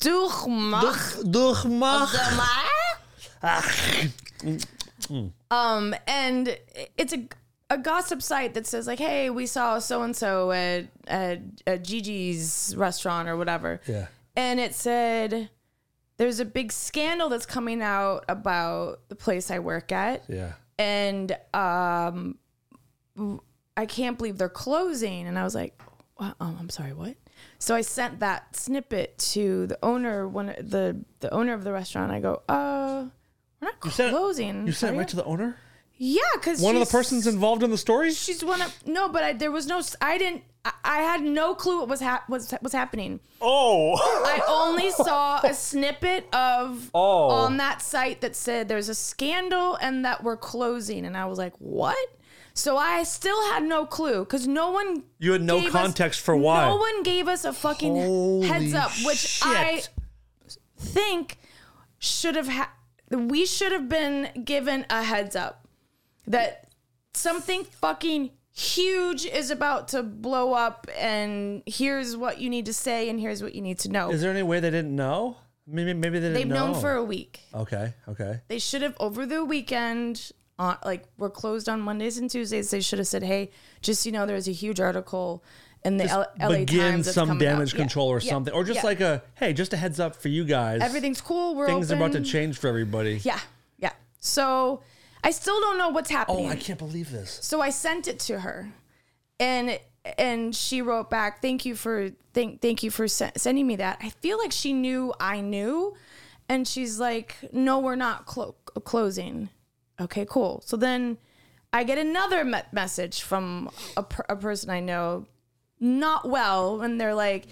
[SPEAKER 3] Dumoi.
[SPEAKER 2] Duchmach.
[SPEAKER 3] um, and it's a a gossip site that says like, "Hey, we saw so and so at at at Gigi's restaurant or whatever."
[SPEAKER 2] Yeah.
[SPEAKER 3] And it said, "There's a big scandal that's coming out about the place I work at."
[SPEAKER 2] Yeah.
[SPEAKER 3] and um, I can't believe they're closing. And I was like, wow, um, I'm sorry, what? So I sent that snippet to the owner, one of the the owner of the restaurant. I go, uh, we're not
[SPEAKER 2] sent it-
[SPEAKER 3] closing.
[SPEAKER 2] You sent
[SPEAKER 3] are
[SPEAKER 2] it right to the owner?
[SPEAKER 3] yeah, because
[SPEAKER 2] One of the persons involved in the story?
[SPEAKER 3] She's one of no, but I, there was no. s- I didn't. I, I had no clue what was hap- was was happening.
[SPEAKER 2] Oh.
[SPEAKER 3] I only saw a snippet of
[SPEAKER 2] Oh.
[SPEAKER 3] on that site that said there's a scandal and that we're closing, and I was like, what? So I still had no clue because no one
[SPEAKER 2] You had no
[SPEAKER 3] gave us-
[SPEAKER 2] context for why.
[SPEAKER 3] No one gave us a fucking
[SPEAKER 2] Holy
[SPEAKER 3] heads up, which I
[SPEAKER 2] shit.
[SPEAKER 3] think should have ha- we should have been given a heads up that something fucking huge is about to blow up and here's what you need to say and here's what you need to
[SPEAKER 2] (laughs)
[SPEAKER 3] know.
[SPEAKER 2] Is there any way they didn't know? Maybe maybe they didn't
[SPEAKER 3] They've
[SPEAKER 2] know.
[SPEAKER 3] known for a week.
[SPEAKER 2] Okay, okay.
[SPEAKER 3] They should have over the weekend. uh, On, like we're closed on Mondays and Tuesdays. They should have said, "Hey, just so you know, there's a huge article, and the L- LA
[SPEAKER 2] begin
[SPEAKER 3] Times that's
[SPEAKER 2] some
[SPEAKER 3] coming out.
[SPEAKER 2] damage
[SPEAKER 3] Yeah,
[SPEAKER 2] control or
[SPEAKER 3] yeah,
[SPEAKER 2] something, or just
[SPEAKER 3] yeah.
[SPEAKER 2] like a hey, just a heads up for you guys.
[SPEAKER 3] everything's cool. We're
[SPEAKER 2] things are about to
[SPEAKER 3] open.
[SPEAKER 2] change for everybody.
[SPEAKER 3] Yeah, yeah. So I still don't know what's happening.
[SPEAKER 2] Oh, I can't believe this.
[SPEAKER 3] So I sent it to her, and and she wrote back, "Thank you for thank thank you for sen- sending me that." I feel like she knew I knew, and she's like, "No, we're not clo- closing." Okay, cool. So then I get another me- message from a, per- a person I know, not well, and they're like.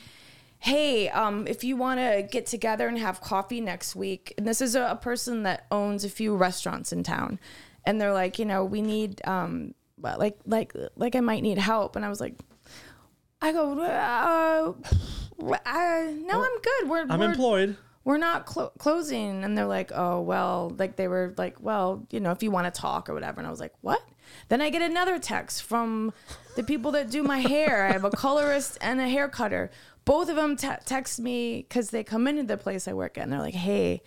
[SPEAKER 3] Hey, um, if you want to get together and have coffee next week, and this is a, a person that owns a few restaurants in town, and they're like, you know, we need, um, well, like, like, like I might need help, and I was like, I go, uh, I, no, I'm good. We're
[SPEAKER 2] I'm
[SPEAKER 3] we're,
[SPEAKER 2] employed.
[SPEAKER 3] we're not clo- closing and they're like oh well like they were like well you know if you want to talk or whatever and i was like what then i get another text from the people that do my hair i have a colorist and a hair cutter both of them te- text me because they come into the place i work at and they're like hey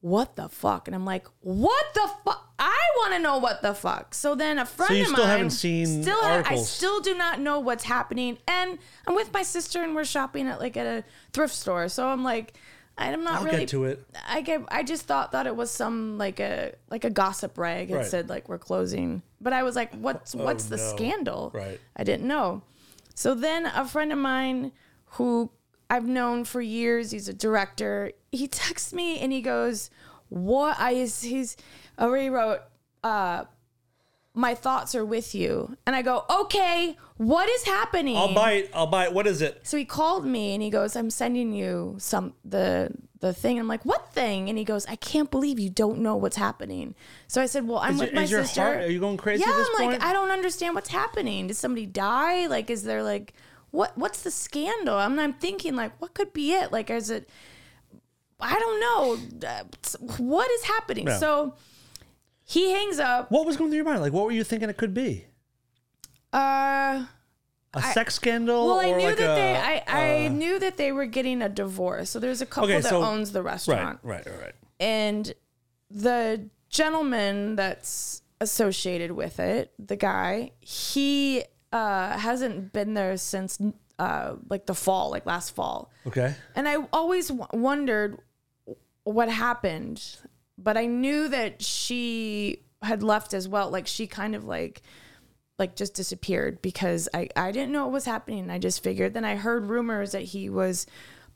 [SPEAKER 3] what the fuck and i'm like what the fuck i want to know what the fuck so then a friend
[SPEAKER 2] you
[SPEAKER 3] of
[SPEAKER 2] still
[SPEAKER 3] mine
[SPEAKER 2] haven't seen
[SPEAKER 3] still ha- i
[SPEAKER 2] articles.
[SPEAKER 3] still do not know what's happening and i'm with my sister and we're shopping at like at a thrift store so i'm like i'm not
[SPEAKER 2] I'll
[SPEAKER 3] really
[SPEAKER 2] get to it.
[SPEAKER 3] I get, I just thought that it was some like a like a gossip rag. It
[SPEAKER 2] Right. Oh,
[SPEAKER 3] said like we're closing, but I was like, what's what's the
[SPEAKER 2] no.
[SPEAKER 3] scandal?
[SPEAKER 2] Right.
[SPEAKER 3] I didn't know. So then a friend of mine who I've known for years, he's a director. He texts me and he goes, "What I is he's already wrote uh my thoughts are with you." And I go, "Okay, what is happening?"
[SPEAKER 2] I'll bite. I'll bite. What is it?
[SPEAKER 3] so he called me and he goes, "I'm sending you some the the thing." I'm like, "What thing?" And he goes, "I can't believe you don't know what's happening." So I said, "Well, I'm
[SPEAKER 2] Is
[SPEAKER 3] with
[SPEAKER 2] your-
[SPEAKER 3] my
[SPEAKER 2] is your
[SPEAKER 3] sister."
[SPEAKER 2] heart- are you going crazy at
[SPEAKER 3] Yeah,
[SPEAKER 2] this
[SPEAKER 3] I'm
[SPEAKER 2] point?
[SPEAKER 3] like, I don't understand what's happening. Did somebody die? Like, is there like what what's the scandal? I'm I'm thinking like, what could be it? Like, is it? I don't know. Uh, What is happening?
[SPEAKER 2] Yeah.
[SPEAKER 3] So he hangs up.
[SPEAKER 2] What was going through your mind? Like, what were you thinking it could be?
[SPEAKER 3] Uh.
[SPEAKER 2] A sex scandal?
[SPEAKER 3] Well,
[SPEAKER 2] or
[SPEAKER 3] I knew
[SPEAKER 2] like
[SPEAKER 3] that
[SPEAKER 2] a, uh,
[SPEAKER 3] they. I, I knew that they were getting a divorce. So there's a couple
[SPEAKER 2] Okay,
[SPEAKER 3] that
[SPEAKER 2] so-
[SPEAKER 3] owns the
[SPEAKER 2] right,
[SPEAKER 3] restaurant,
[SPEAKER 2] right, right, right.
[SPEAKER 3] and the gentleman that's associated with it, the guy, he uh, hasn't been there since uh, like the fall, like last fall.
[SPEAKER 2] Okay.
[SPEAKER 3] And I always w- wondered what happened, but I knew that she had left as well. Like she kind of like like just disappeared because I I didn't know what was happening. I just figured. Then I heard rumors that he was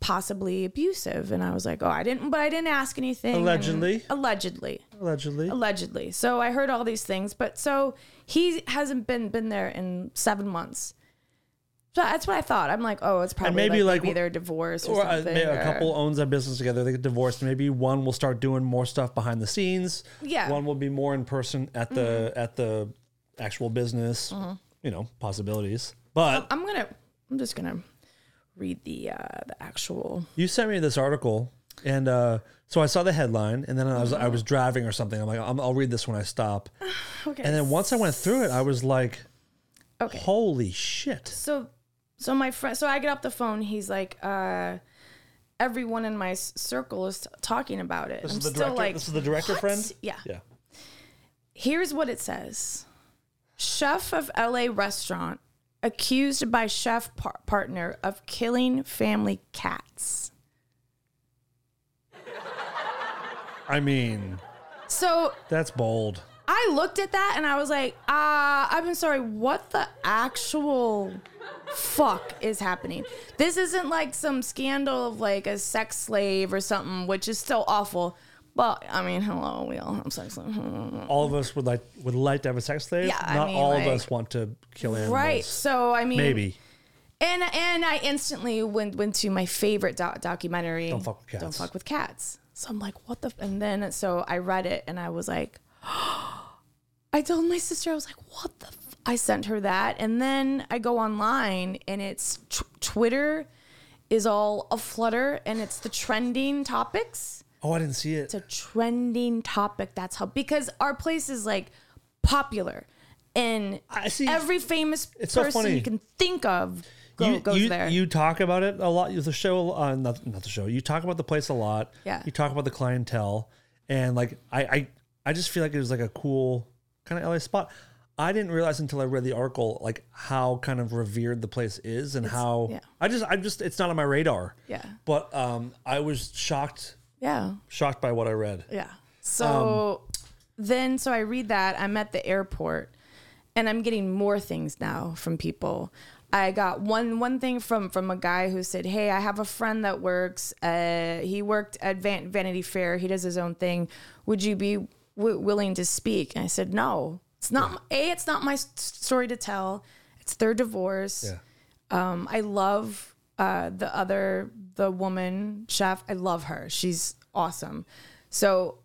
[SPEAKER 3] possibly abusive, and I was like, oh, I didn't, but I didn't ask anything. and-
[SPEAKER 2] Allegedly.
[SPEAKER 3] allegedly,
[SPEAKER 2] Allegedly.
[SPEAKER 3] allegedly. So I heard all these things, but so he hasn't been been there in seven months. So that's what I thought. I'm like, oh, it's probably
[SPEAKER 2] maybe,
[SPEAKER 3] maybe like,
[SPEAKER 2] like,
[SPEAKER 3] maybe they're divorced or,
[SPEAKER 2] or a,
[SPEAKER 3] something.
[SPEAKER 2] maybe a
[SPEAKER 3] or-
[SPEAKER 2] couple owns a business together. They get divorced. Maybe one will start doing more stuff behind the scenes.
[SPEAKER 3] Yeah. Mm-hmm.
[SPEAKER 2] One will be more in person at the at the actual business. You know, possibilities. But
[SPEAKER 3] I'm gonna. I'm just gonna read the uh, the actual.
[SPEAKER 2] you sent me this article, and uh, so I saw the headline, and then I was
[SPEAKER 3] Mm-hmm.
[SPEAKER 2] I was driving or something. I'm like, I'm, I'll read this when I stop.
[SPEAKER 3] Okay.
[SPEAKER 2] And then once I went through it, I was like,
[SPEAKER 3] Okay.
[SPEAKER 2] holy shit.
[SPEAKER 3] so so my friend so i get off the phone he's like uh everyone in my s- circle is talking about it i'm
[SPEAKER 2] This is the
[SPEAKER 3] still
[SPEAKER 2] director.
[SPEAKER 3] like
[SPEAKER 2] this is the director
[SPEAKER 3] "What?"
[SPEAKER 2] friend.
[SPEAKER 3] yeah.
[SPEAKER 2] Yeah.
[SPEAKER 3] here's what it says chef of la restaurant accused by chef par- partner of killing family cats
[SPEAKER 2] I mean,
[SPEAKER 3] so
[SPEAKER 2] that's bold.
[SPEAKER 3] I looked at that and I was like, ah, I'm sorry, what the actual fuck is happening? This isn't like some scandal of like a sex slave or something, which is so awful. But I mean, hello, we all have sex slaves.
[SPEAKER 2] All of us would like would like to have a sex slave.
[SPEAKER 3] Yeah, I
[SPEAKER 2] Not
[SPEAKER 3] mean,
[SPEAKER 2] all of
[SPEAKER 3] like-
[SPEAKER 2] us want to kill animals.
[SPEAKER 3] Right. So I mean
[SPEAKER 2] Maybe.
[SPEAKER 3] And and I instantly went went to my favorite doc- documentary.
[SPEAKER 2] Don't fuck with cats.
[SPEAKER 3] Don't fuck with cats. So I'm like, what the? F-? And then so I read it and I was like, (gasps) I told my sister I was like, what the? F-? I sent her that, and then I go online and it's tw- Twitter is all aflutter and it's the trending topics
[SPEAKER 2] Oh, I didn't see it.
[SPEAKER 3] it's a trending topic. That's how because our place is like popular, and
[SPEAKER 2] I see.
[SPEAKER 3] every famous
[SPEAKER 2] It's so
[SPEAKER 3] person
[SPEAKER 2] funny.
[SPEAKER 3] you can think of go,
[SPEAKER 2] you,
[SPEAKER 3] goes
[SPEAKER 2] you,
[SPEAKER 3] there.
[SPEAKER 2] you talk about it a lot. The show, uh, not, not the show. You talk about the place a lot.
[SPEAKER 3] Yeah.
[SPEAKER 2] You talk about the clientele, and like I, I, I just feel like it was like a cool kind of LA spot. I didn't realize until I read the article like how kind of revered the place is and how
[SPEAKER 3] yeah.
[SPEAKER 2] I just I just it's not on my radar.
[SPEAKER 3] Yeah.
[SPEAKER 2] But um I was shocked
[SPEAKER 3] Yeah.
[SPEAKER 2] shocked by what I read.
[SPEAKER 3] Yeah. So then, so I read that. I'm at the airport, and I'm getting more things now from people. I got one one thing from from a guy who said, "Hey, I have a friend that works. Uh, he worked at Van- Vanity Fair. He does his own thing. Would you be w- willing to speak?" And I said, "No. It's not. A. It's not my s- story to tell. It's their divorce.
[SPEAKER 2] Yeah.
[SPEAKER 3] Um, I love uh, the other the woman chef. I love her. She's awesome. So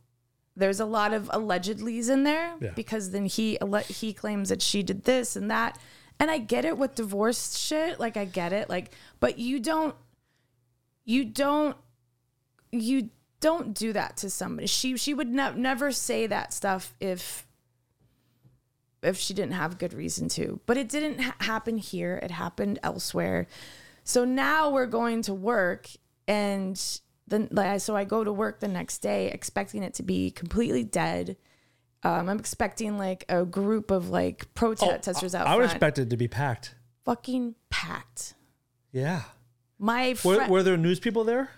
[SPEAKER 3] there's a lot of allegedlys in there
[SPEAKER 2] Yeah.
[SPEAKER 3] because then he alle- he claims that she did this and that. And I get it with divorce shit. Like I get it. Like, but you don't you don't you don't do that to somebody. She she would ne- never say that stuff if if she didn't have good reason to. But it didn't ha- happen here. It happened elsewhere. So now we're going to work and then like so I go to work the next day expecting it to be completely dead. Um, I'm expecting like a group of like protesters out
[SPEAKER 2] Oh, I would
[SPEAKER 3] front,
[SPEAKER 2] expect it to be packed.
[SPEAKER 3] fucking packed.
[SPEAKER 2] Yeah.
[SPEAKER 3] My
[SPEAKER 2] Were,
[SPEAKER 3] friend,
[SPEAKER 2] were there news people there?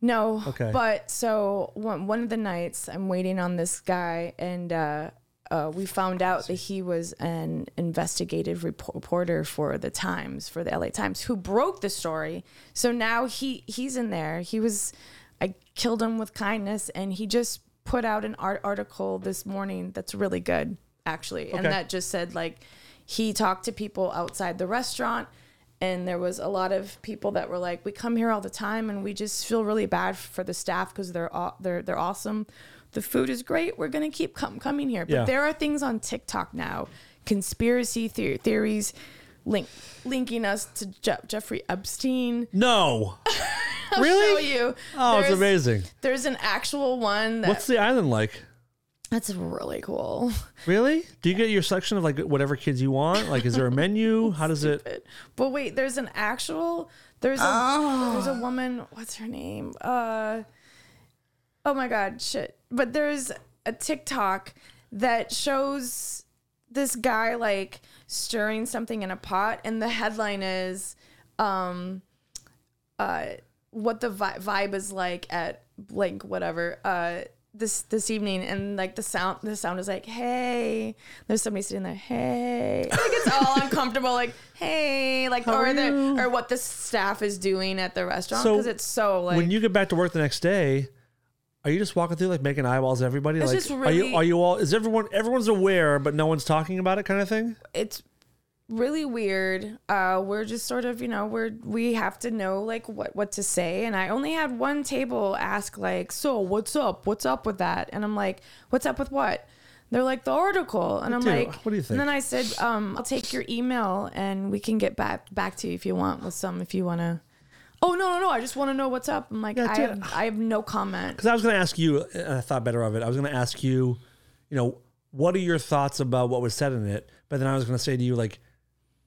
[SPEAKER 3] No.
[SPEAKER 2] Okay.
[SPEAKER 3] But so one, one of the nights, I'm waiting on this guy, and uh, uh, we found out that he was an investigative repo- reporter for the Times, for the LA Times, who broke the story. So now he he's in there. He was, I killed him with kindness, and he just put out an art article this morning that's really good, actually, and
[SPEAKER 2] Okay.
[SPEAKER 3] that just said like he talked to people outside the restaurant and there was a lot of people that were like, "We come here all the time, and we just feel really bad for the staff because they're aw- they're they're awesome. The food is great. We're gonna keep com- coming here." But
[SPEAKER 2] Yeah.
[SPEAKER 3] there are things on TikTok now, conspiracy theor- theories, link linking us to Je- Jeffrey Epstein. (laughs)
[SPEAKER 2] No. really?
[SPEAKER 3] Show you.
[SPEAKER 2] Oh, it's
[SPEAKER 3] There's-
[SPEAKER 2] amazing.
[SPEAKER 3] There's an actual one that,
[SPEAKER 2] What's the island like?
[SPEAKER 3] that's really cool.
[SPEAKER 2] Really? Do you get your section of like whatever kids you want? Like, is there a
[SPEAKER 3] (laughs)
[SPEAKER 2] menu? How does it?
[SPEAKER 3] But wait, there's an actual there's a there's a woman. What's her name? Uh, oh my god, shit. But there's a TikTok that shows this guy like stirring something in a pot, and the headline is, um, uh, what the vi- vibe is like at blank whatever. Uh. This this evening and like the sound the sound is like hey there's somebody sitting there hey like it's all (laughs) uncomfortable like hey like or
[SPEAKER 2] are
[SPEAKER 3] the
[SPEAKER 2] you?
[SPEAKER 3] or what the staff is doing at the restaurant
[SPEAKER 2] So,
[SPEAKER 3] because it's so like
[SPEAKER 2] when you get back to work the next day, are you just walking through like making eyeballs at everybody?
[SPEAKER 3] It's
[SPEAKER 2] like,
[SPEAKER 3] just
[SPEAKER 2] are
[SPEAKER 3] really-
[SPEAKER 2] you are you all? Is everyone everyone's aware but no one's talking about it kind of thing?
[SPEAKER 3] it's really weird. Uh, we're just sort of, you know, we're we have to know like what what to say. And I only had one table ask like, "So what's up? What's up with that?" And I'm like, "What's up with what?" They're like the article, and I'm
[SPEAKER 2] Dude,
[SPEAKER 3] like,
[SPEAKER 2] what do you think?
[SPEAKER 3] And then I said, um, "I'll take your email, and we can get back back to you if you want with some if you want to." Oh no no no! I just want to know what's up. I'm like,
[SPEAKER 2] Yeah,
[SPEAKER 3] I
[SPEAKER 2] dude,
[SPEAKER 3] have, I have
[SPEAKER 2] (sighs)
[SPEAKER 3] no comment.
[SPEAKER 2] Because I was going to ask you, and I thought better of it. I was going to ask you, you know, what are your thoughts about what was said in it? But then I was going to say to you, like,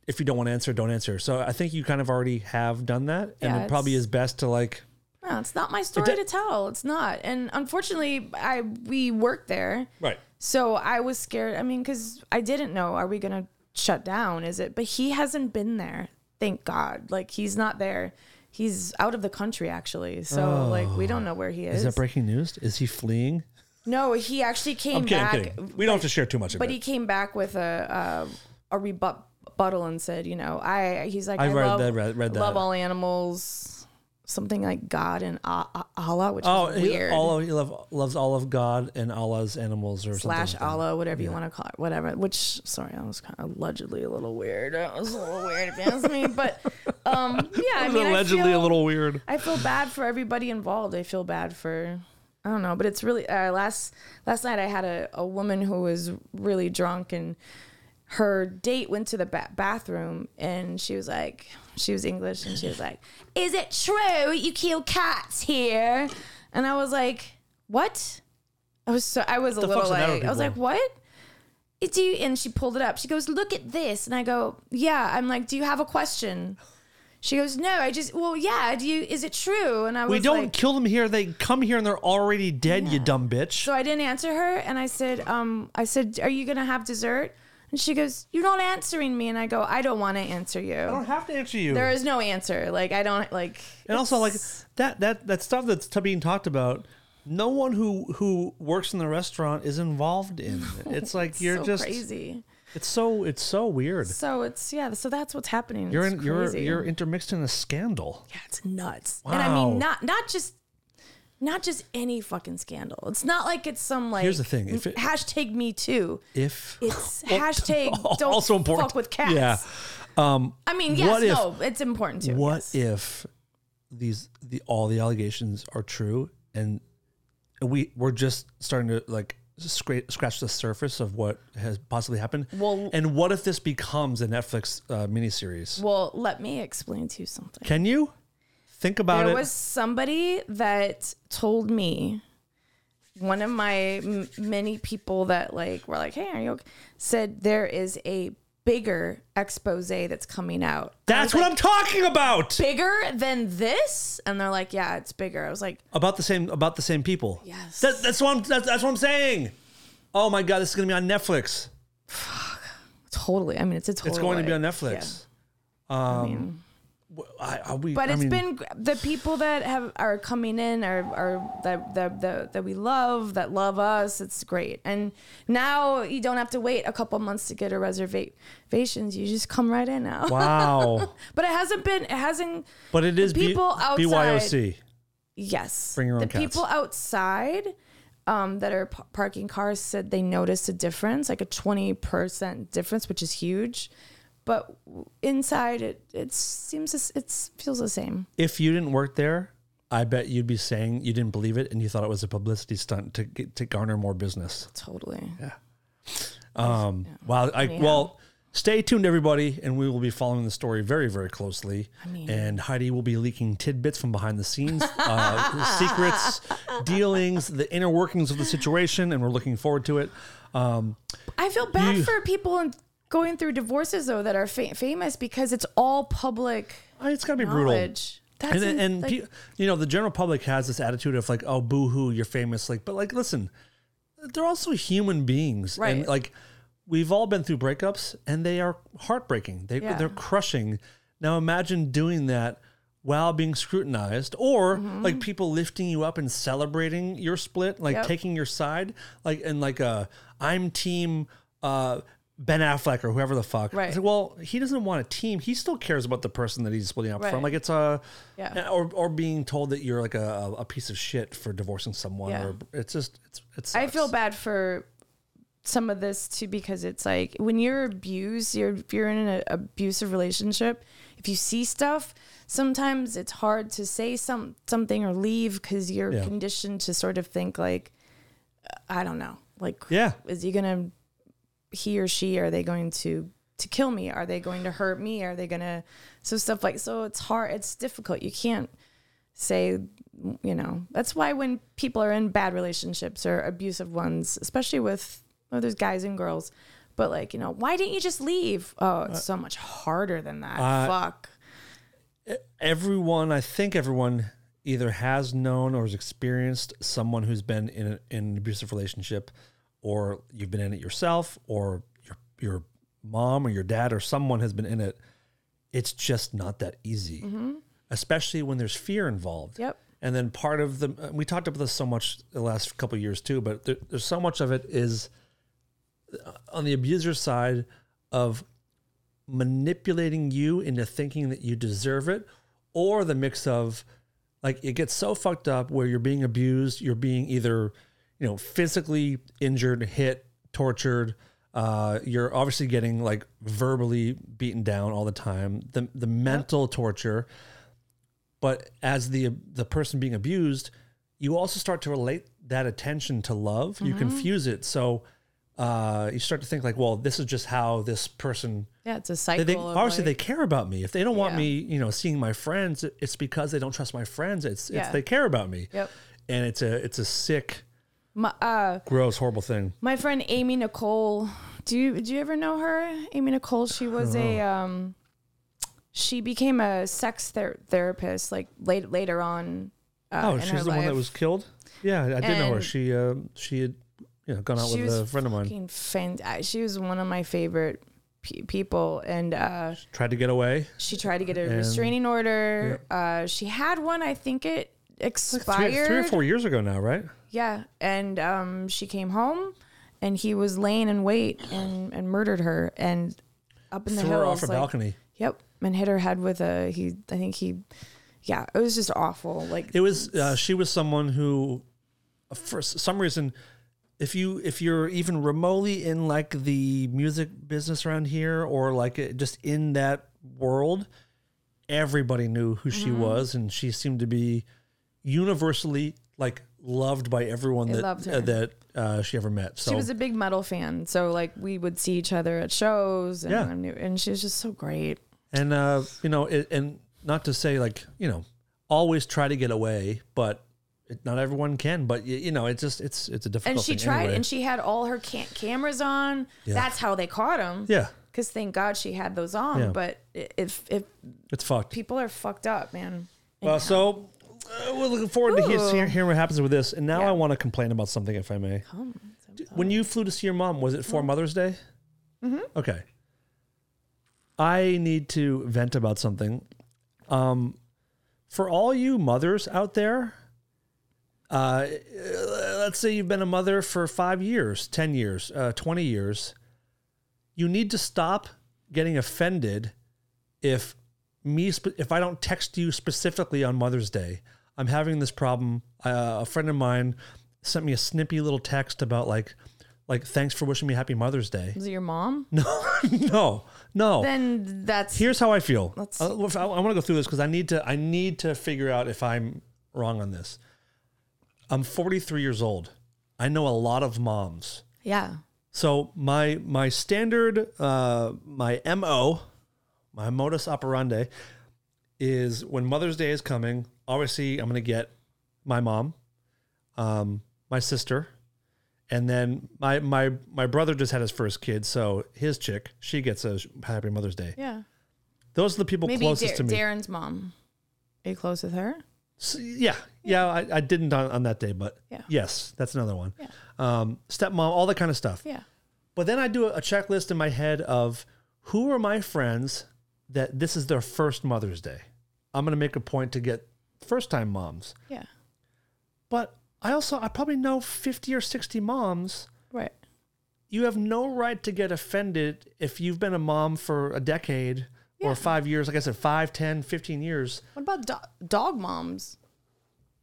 [SPEAKER 2] if you don't want to answer, don't answer. So I think you kind of already have done that, and
[SPEAKER 3] Yeah,
[SPEAKER 2] it probably
[SPEAKER 3] it's-
[SPEAKER 2] is best to like,
[SPEAKER 3] No, it's not my story to tell. It's not, and unfortunately, I we work there.
[SPEAKER 2] right.
[SPEAKER 3] So I was scared. I mean, because I didn't know, are we going to shut down? Is it? But he hasn't been there. Thank God. Like, he's not there. He's out of the country, actually. So, like, we don't know where he is.
[SPEAKER 2] Is that breaking news? Is he fleeing?
[SPEAKER 3] no, he actually came
[SPEAKER 2] I'm kidding.
[SPEAKER 3] back.
[SPEAKER 2] I'm kidding. We don't have to share too much of
[SPEAKER 3] But
[SPEAKER 2] it.
[SPEAKER 3] he came back with a a, a rebut- rebuttal and said, you know, I he's like I,
[SPEAKER 2] I've read
[SPEAKER 3] love,
[SPEAKER 2] that- read- read that.
[SPEAKER 3] love all animals, something like God and Ah- Ah- Allah, which
[SPEAKER 2] oh,
[SPEAKER 3] is
[SPEAKER 2] he-
[SPEAKER 3] weird.
[SPEAKER 2] all of, he love, loves all of God and Allah's animals, or
[SPEAKER 3] slash
[SPEAKER 2] something like
[SPEAKER 3] Allah, whatever you want to call it, whatever. Which, sorry, I was kind of allegedly a little weird. That was a little weird if you ask me, but um, yeah,
[SPEAKER 2] (laughs)
[SPEAKER 3] I
[SPEAKER 2] that.
[SPEAKER 3] mean, I feel,
[SPEAKER 2] weird.
[SPEAKER 3] I feel bad for everybody involved. I feel bad for, I don't know, but it's really uh, last last night I had a a woman who was really drunk and her date went to the ba- bathroom and she was like, she was English and she was like, "Is it true you kill cats here?" And I was like, "What?" I was so I was a
[SPEAKER 2] The
[SPEAKER 3] little
[SPEAKER 2] fuck's the matter with
[SPEAKER 3] like I was like,
[SPEAKER 2] people?
[SPEAKER 3] "What?" It do you, and she pulled it up. She goes, "Look at this," and I go, "Yeah." I'm like, "Do you have a question?" She goes, "No, I just well, yeah. Do you? Is it true?" And I was
[SPEAKER 2] We don't
[SPEAKER 3] like,
[SPEAKER 2] kill them here. They come here and they're already dead. You dumb bitch.
[SPEAKER 3] so I didn't answer her, and I said, um, I said, "Are you gonna have dessert?" And she goes, You're not answering me. And I go, I don't want to answer you.
[SPEAKER 2] I don't have to answer you.
[SPEAKER 3] there is no answer. Like, I don't, like,
[SPEAKER 2] and also like that that that stuff that's t- being talked about no one who who works in the restaurant is involved in it. it's like you're
[SPEAKER 3] so
[SPEAKER 2] just
[SPEAKER 3] crazy.
[SPEAKER 2] it's so it's so weird
[SPEAKER 3] So it's, yeah, so that's what's happening.
[SPEAKER 2] you're
[SPEAKER 3] It's
[SPEAKER 2] in, you're
[SPEAKER 3] crazy.
[SPEAKER 2] you're intermixed in a scandal
[SPEAKER 3] Yeah, it's nuts. And I
[SPEAKER 2] Wow.
[SPEAKER 3] mean, not, not just. Not just any fucking scandal. It's not like it's some like
[SPEAKER 2] Here's the thing, if it-
[SPEAKER 3] hashtag me too.
[SPEAKER 2] if (laughs)
[SPEAKER 3] It's hashtag don't
[SPEAKER 2] also important
[SPEAKER 3] fuck with cats.
[SPEAKER 2] yeah Um,
[SPEAKER 3] I mean, yes,
[SPEAKER 2] What if-
[SPEAKER 3] no, it's important too.
[SPEAKER 2] what
[SPEAKER 3] yes.
[SPEAKER 2] if these the all the allegations are true and we we're just starting to like scra- scratch the surface of what has possibly happened
[SPEAKER 3] Well-
[SPEAKER 2] and what if this becomes a netflix uh, miniseries
[SPEAKER 3] Well, let me explain to you something.
[SPEAKER 2] can you think about
[SPEAKER 3] there
[SPEAKER 2] it
[SPEAKER 3] was somebody that told me one of my m- many people that like were like hey are you okay? said there is a bigger expose that's coming out
[SPEAKER 2] that's what i'm talking about
[SPEAKER 3] bigger than this and they're like yeah it's bigger i was like
[SPEAKER 2] about the same about the same people
[SPEAKER 3] Yes.
[SPEAKER 2] that, that's what i'm that's, that's what i'm saying oh my god this is gonna be on netflix
[SPEAKER 3] totally i mean it's a total
[SPEAKER 2] it's going to be on
[SPEAKER 3] like-
[SPEAKER 2] netflix um I I- we,
[SPEAKER 3] But
[SPEAKER 2] I
[SPEAKER 3] it's
[SPEAKER 2] mean,
[SPEAKER 3] been (laughs) gr- the people that have are coming in are are that that that that we love that love us. It's great, and now you don't have to wait a couple months to get a reservations. You just come right in now.
[SPEAKER 2] wow
[SPEAKER 3] But it hasn't been. It hasn't.
[SPEAKER 2] But it is B-
[SPEAKER 3] people outside-
[SPEAKER 2] BYOC.
[SPEAKER 3] Yes.
[SPEAKER 2] Bring your own
[SPEAKER 3] the
[SPEAKER 2] cats.
[SPEAKER 3] people outside um, that are p- parking cars said they noticed a difference, like a twenty percent difference, which is huge. But w- inside, it it seems as- it's feels the same.
[SPEAKER 2] If you didn't work there, I bet you'd be saying you didn't believe it and you thought it was a publicity stunt to get, to garner more business.
[SPEAKER 3] Totally.
[SPEAKER 2] Um, Wow. I, Well, stay tuned, everybody, and we will be following the story very, very closely. and Heidi will be leaking tidbits from behind the scenes, uh, secrets, dealings, the inner workings of the situation, and we're looking forward to it. Um,
[SPEAKER 3] I feel bad
[SPEAKER 2] You-
[SPEAKER 3] for people in, going through divorces though that are fa- famous because it's all public
[SPEAKER 2] it's got to be brutal.
[SPEAKER 3] knowledge. That's
[SPEAKER 2] and
[SPEAKER 3] in-
[SPEAKER 2] and
[SPEAKER 3] like,
[SPEAKER 2] pe- you know the general public has this attitude of like oh boo hoo you're famous like but like listen they're also human beings and
[SPEAKER 3] Right.
[SPEAKER 2] like we've all been through breakups and they are heartbreaking they
[SPEAKER 3] Yeah.
[SPEAKER 2] they're crushing now imagine doing that while being scrutinized or
[SPEAKER 3] Mm-hmm.
[SPEAKER 2] like people lifting you up and celebrating your split like
[SPEAKER 3] Yep.
[SPEAKER 2] taking your side like and like uh I'm team uh Ben Affleck or whoever the fuck.
[SPEAKER 3] Right.
[SPEAKER 2] It's like, well, he doesn't want a team. He still cares about the person that he's splitting up from.
[SPEAKER 3] Right.
[SPEAKER 2] Like it's a
[SPEAKER 3] Yeah.
[SPEAKER 2] or or being told that you're like a, a piece of shit for divorcing someone.
[SPEAKER 3] Yeah.
[SPEAKER 2] Or it's just it's it's.
[SPEAKER 3] I feel bad for some of this too because it's like when you're abused, you're if you're in an abusive relationship, if you see stuff, sometimes it's hard to say some something or leave because you're
[SPEAKER 2] Yeah.
[SPEAKER 3] conditioned to sort of think like uh, I don't know, like
[SPEAKER 2] Yeah.
[SPEAKER 3] is he gonna he or she are they going to to kill me? Are they going to hurt me? Are they gonna so stuff like so it's hard, it's difficult. You can't say you know that's why when people are in bad relationships or abusive ones especially with oh there's guys and girls but like you know why didn't you just leave oh it's so much harder than that
[SPEAKER 2] Uh,
[SPEAKER 3] fuck
[SPEAKER 2] Everyone, I think everyone either has known or has experienced someone who's been in, a, in an abusive relationship, or you've been in it yourself, or your your mom or your dad or someone has been in it. It's just not that easy, especially when there's fear involved.
[SPEAKER 3] Yep.
[SPEAKER 2] And then part of the uh, we talked about this so much the last couple of years too, but there, there's so much of it is uh, on the abuser side of manipulating you into thinking that you deserve it, or the mix of like it gets so fucked up where you're being abused, you're being either, you know, physically injured, hit, tortured. Uh, you're obviously getting like verbally beaten down all the time. The the mental torture, but as the the person being abused, you also start to relate that attention to love. You confuse it, so uh, you start to think like, well, this is just how this person
[SPEAKER 3] yeah it's a
[SPEAKER 2] they
[SPEAKER 3] cycle
[SPEAKER 2] think
[SPEAKER 3] of,
[SPEAKER 2] obviously
[SPEAKER 3] like,
[SPEAKER 2] they care about me. If they don't want
[SPEAKER 3] Yeah.
[SPEAKER 2] me, you know, seeing my friends, it- it's because they don't trust my friends. It's, it's
[SPEAKER 3] Yeah.
[SPEAKER 2] they care about me.
[SPEAKER 3] Yep.
[SPEAKER 2] And it's a it's a sick,
[SPEAKER 3] my, uh
[SPEAKER 2] gross, horrible thing.
[SPEAKER 3] my friend amy nicole do you do you ever know her amy nicole she was a um she became a sex ther- therapist like late, later on uh,
[SPEAKER 2] oh,
[SPEAKER 3] in her
[SPEAKER 2] she's the one
[SPEAKER 3] life.
[SPEAKER 2] that was killed. Yeah, I did know her.
[SPEAKER 3] And-
[SPEAKER 2] She uh, she had you know, gone out
[SPEAKER 3] she
[SPEAKER 2] with
[SPEAKER 3] was
[SPEAKER 2] a friend of mine.
[SPEAKER 3] fucking fan- I- She was one of my favorite pe- people, and uh,
[SPEAKER 2] Tried to get away.
[SPEAKER 3] she tried to get a
[SPEAKER 2] And-
[SPEAKER 3] restraining order. Uh, she had one, I think it expired.
[SPEAKER 2] Three, three or four years ago now, right?
[SPEAKER 3] Yeah, and um, she came home, and he was laying in wait and, and murdered her and up in the
[SPEAKER 2] Threw
[SPEAKER 3] hills,
[SPEAKER 2] her off a
[SPEAKER 3] like-
[SPEAKER 2] balcony.
[SPEAKER 3] Yep, and hit her head with a he. I think he, yeah, it was just awful. Like
[SPEAKER 2] It was uh, she was someone who, uh, for s- some reason, if you if you're even remotely in like the music business around here or like uh, just in that world, everybody knew who she
[SPEAKER 3] Mm-hmm.
[SPEAKER 2] was, and she seemed to be universally like loved by everyone
[SPEAKER 3] They
[SPEAKER 2] that
[SPEAKER 3] loved
[SPEAKER 2] uh,
[SPEAKER 3] her.
[SPEAKER 2] that uh, she ever met. So
[SPEAKER 3] she was a big metal fan, so like we would see each other at shows, and
[SPEAKER 2] Yeah.
[SPEAKER 3] I knew, and she was just so great.
[SPEAKER 2] and uh, you know, it, and not to say like you know, always try to get away, but. It, not everyone can, but you, you know, it's just it's it's a difficult.
[SPEAKER 3] And she
[SPEAKER 2] thing
[SPEAKER 3] tried,
[SPEAKER 2] anyway.
[SPEAKER 3] and she had all her can- cameras on. That's how they caught him.
[SPEAKER 2] Yeah,
[SPEAKER 3] Because thank God she had those on.
[SPEAKER 2] Yeah.
[SPEAKER 3] But i- if if
[SPEAKER 2] it's fucked.
[SPEAKER 3] people are fucked up, man.
[SPEAKER 2] Well, so uh, we're looking forward to hear,
[SPEAKER 3] Ooh.
[SPEAKER 2] hear, hearing what happens with this. And now
[SPEAKER 3] Yeah.
[SPEAKER 2] I want to complain about something, if I may. D- When you flew to see your mom, was it for Mother's Day? Mm-hmm. Okay. I need to vent about something. Um, for all you mothers out there, uh, let's say you've been a mother for five years, 10 years, uh, 20 years, you need to stop getting offended if me sp- if I don't text you specifically on Mother's Day, I'm having this problem. Uh, a friend of mine sent me a snippy little text about like, like thanks for wishing me happy Mother's Day.
[SPEAKER 3] (laughs) Was it your mom?
[SPEAKER 2] No, no, no.
[SPEAKER 3] Then that's
[SPEAKER 2] Here's how I feel.
[SPEAKER 3] Let's-
[SPEAKER 2] Uh, I, want to go through this because I need to. I need to figure out if I'm wrong on this. I'm 43 years old. I know a lot of moms.
[SPEAKER 3] yeah.
[SPEAKER 2] So my my standard uh, my mo my modus operandi is when Mother's Day is coming. Obviously, I'm gonna get my mom, um, my sister, and then my my my brother just had his first kid, so his chick she gets a sh- happy Mother's Day.
[SPEAKER 3] Yeah.
[SPEAKER 2] Those are the people
[SPEAKER 3] Maybe
[SPEAKER 2] closest
[SPEAKER 3] Dar-
[SPEAKER 2] to me.
[SPEAKER 3] Darren's mom. Are you close with her?
[SPEAKER 2] S- yeah, yeah, I, I didn't on, on that day, but
[SPEAKER 3] Yeah.
[SPEAKER 2] yes, that's another one.
[SPEAKER 3] Yeah.
[SPEAKER 2] Um, stepmom, all that kind of stuff.
[SPEAKER 3] Yeah.
[SPEAKER 2] But then I do a checklist in my head of who are my friends that this is their first Mother's Day. I'm going to make a point to get first time moms.
[SPEAKER 3] Yeah.
[SPEAKER 2] But I also, I probably know 50 or 60 moms.
[SPEAKER 3] Right.
[SPEAKER 2] You have no right to get offended if you've been a mom for a decade or five years, like I said, five, 10, 15 years.
[SPEAKER 3] What about do- dog moms?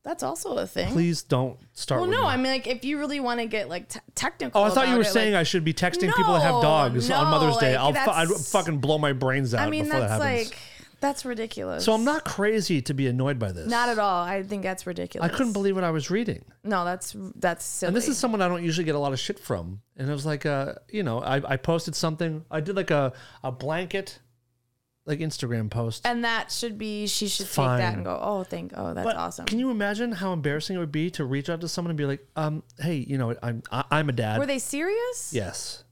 [SPEAKER 3] That's also a thing.
[SPEAKER 2] Please don't start
[SPEAKER 3] Well,
[SPEAKER 2] with
[SPEAKER 3] no,
[SPEAKER 2] me.
[SPEAKER 3] I mean, like, if you really want to get like te- technical.
[SPEAKER 2] Oh, I thought you
[SPEAKER 3] about
[SPEAKER 2] were
[SPEAKER 3] it,
[SPEAKER 2] saying
[SPEAKER 3] like-
[SPEAKER 2] I should be texting people that have dogs on Mother's
[SPEAKER 3] No,
[SPEAKER 2] Day.
[SPEAKER 3] like,
[SPEAKER 2] I'll fu- I'd
[SPEAKER 3] that's-
[SPEAKER 2] fucking blow my brains out
[SPEAKER 3] I mean,
[SPEAKER 2] before
[SPEAKER 3] that's
[SPEAKER 2] that happens.
[SPEAKER 3] like that's ridiculous.
[SPEAKER 2] so I'm not crazy to be annoyed by this.
[SPEAKER 3] Not at all. I think that's
[SPEAKER 2] I
[SPEAKER 3] ridiculous.
[SPEAKER 2] couldn't believe what I was reading.
[SPEAKER 3] No, that's that's silly.
[SPEAKER 2] And this is someone I don't usually get a lot of shit from. And it was like, uh, you know, I, I posted something. I did like a, a blanket, like Instagram post.
[SPEAKER 3] and that should be she should take
[SPEAKER 2] Fine.
[SPEAKER 3] that and go. Oh, thank. Oh, that's
[SPEAKER 2] But
[SPEAKER 3] awesome.
[SPEAKER 2] Can you imagine how embarrassing it would be to reach out to someone and be like, um, hey, you know, I'm I, I'm a dad.
[SPEAKER 3] Were they serious?
[SPEAKER 2] yes.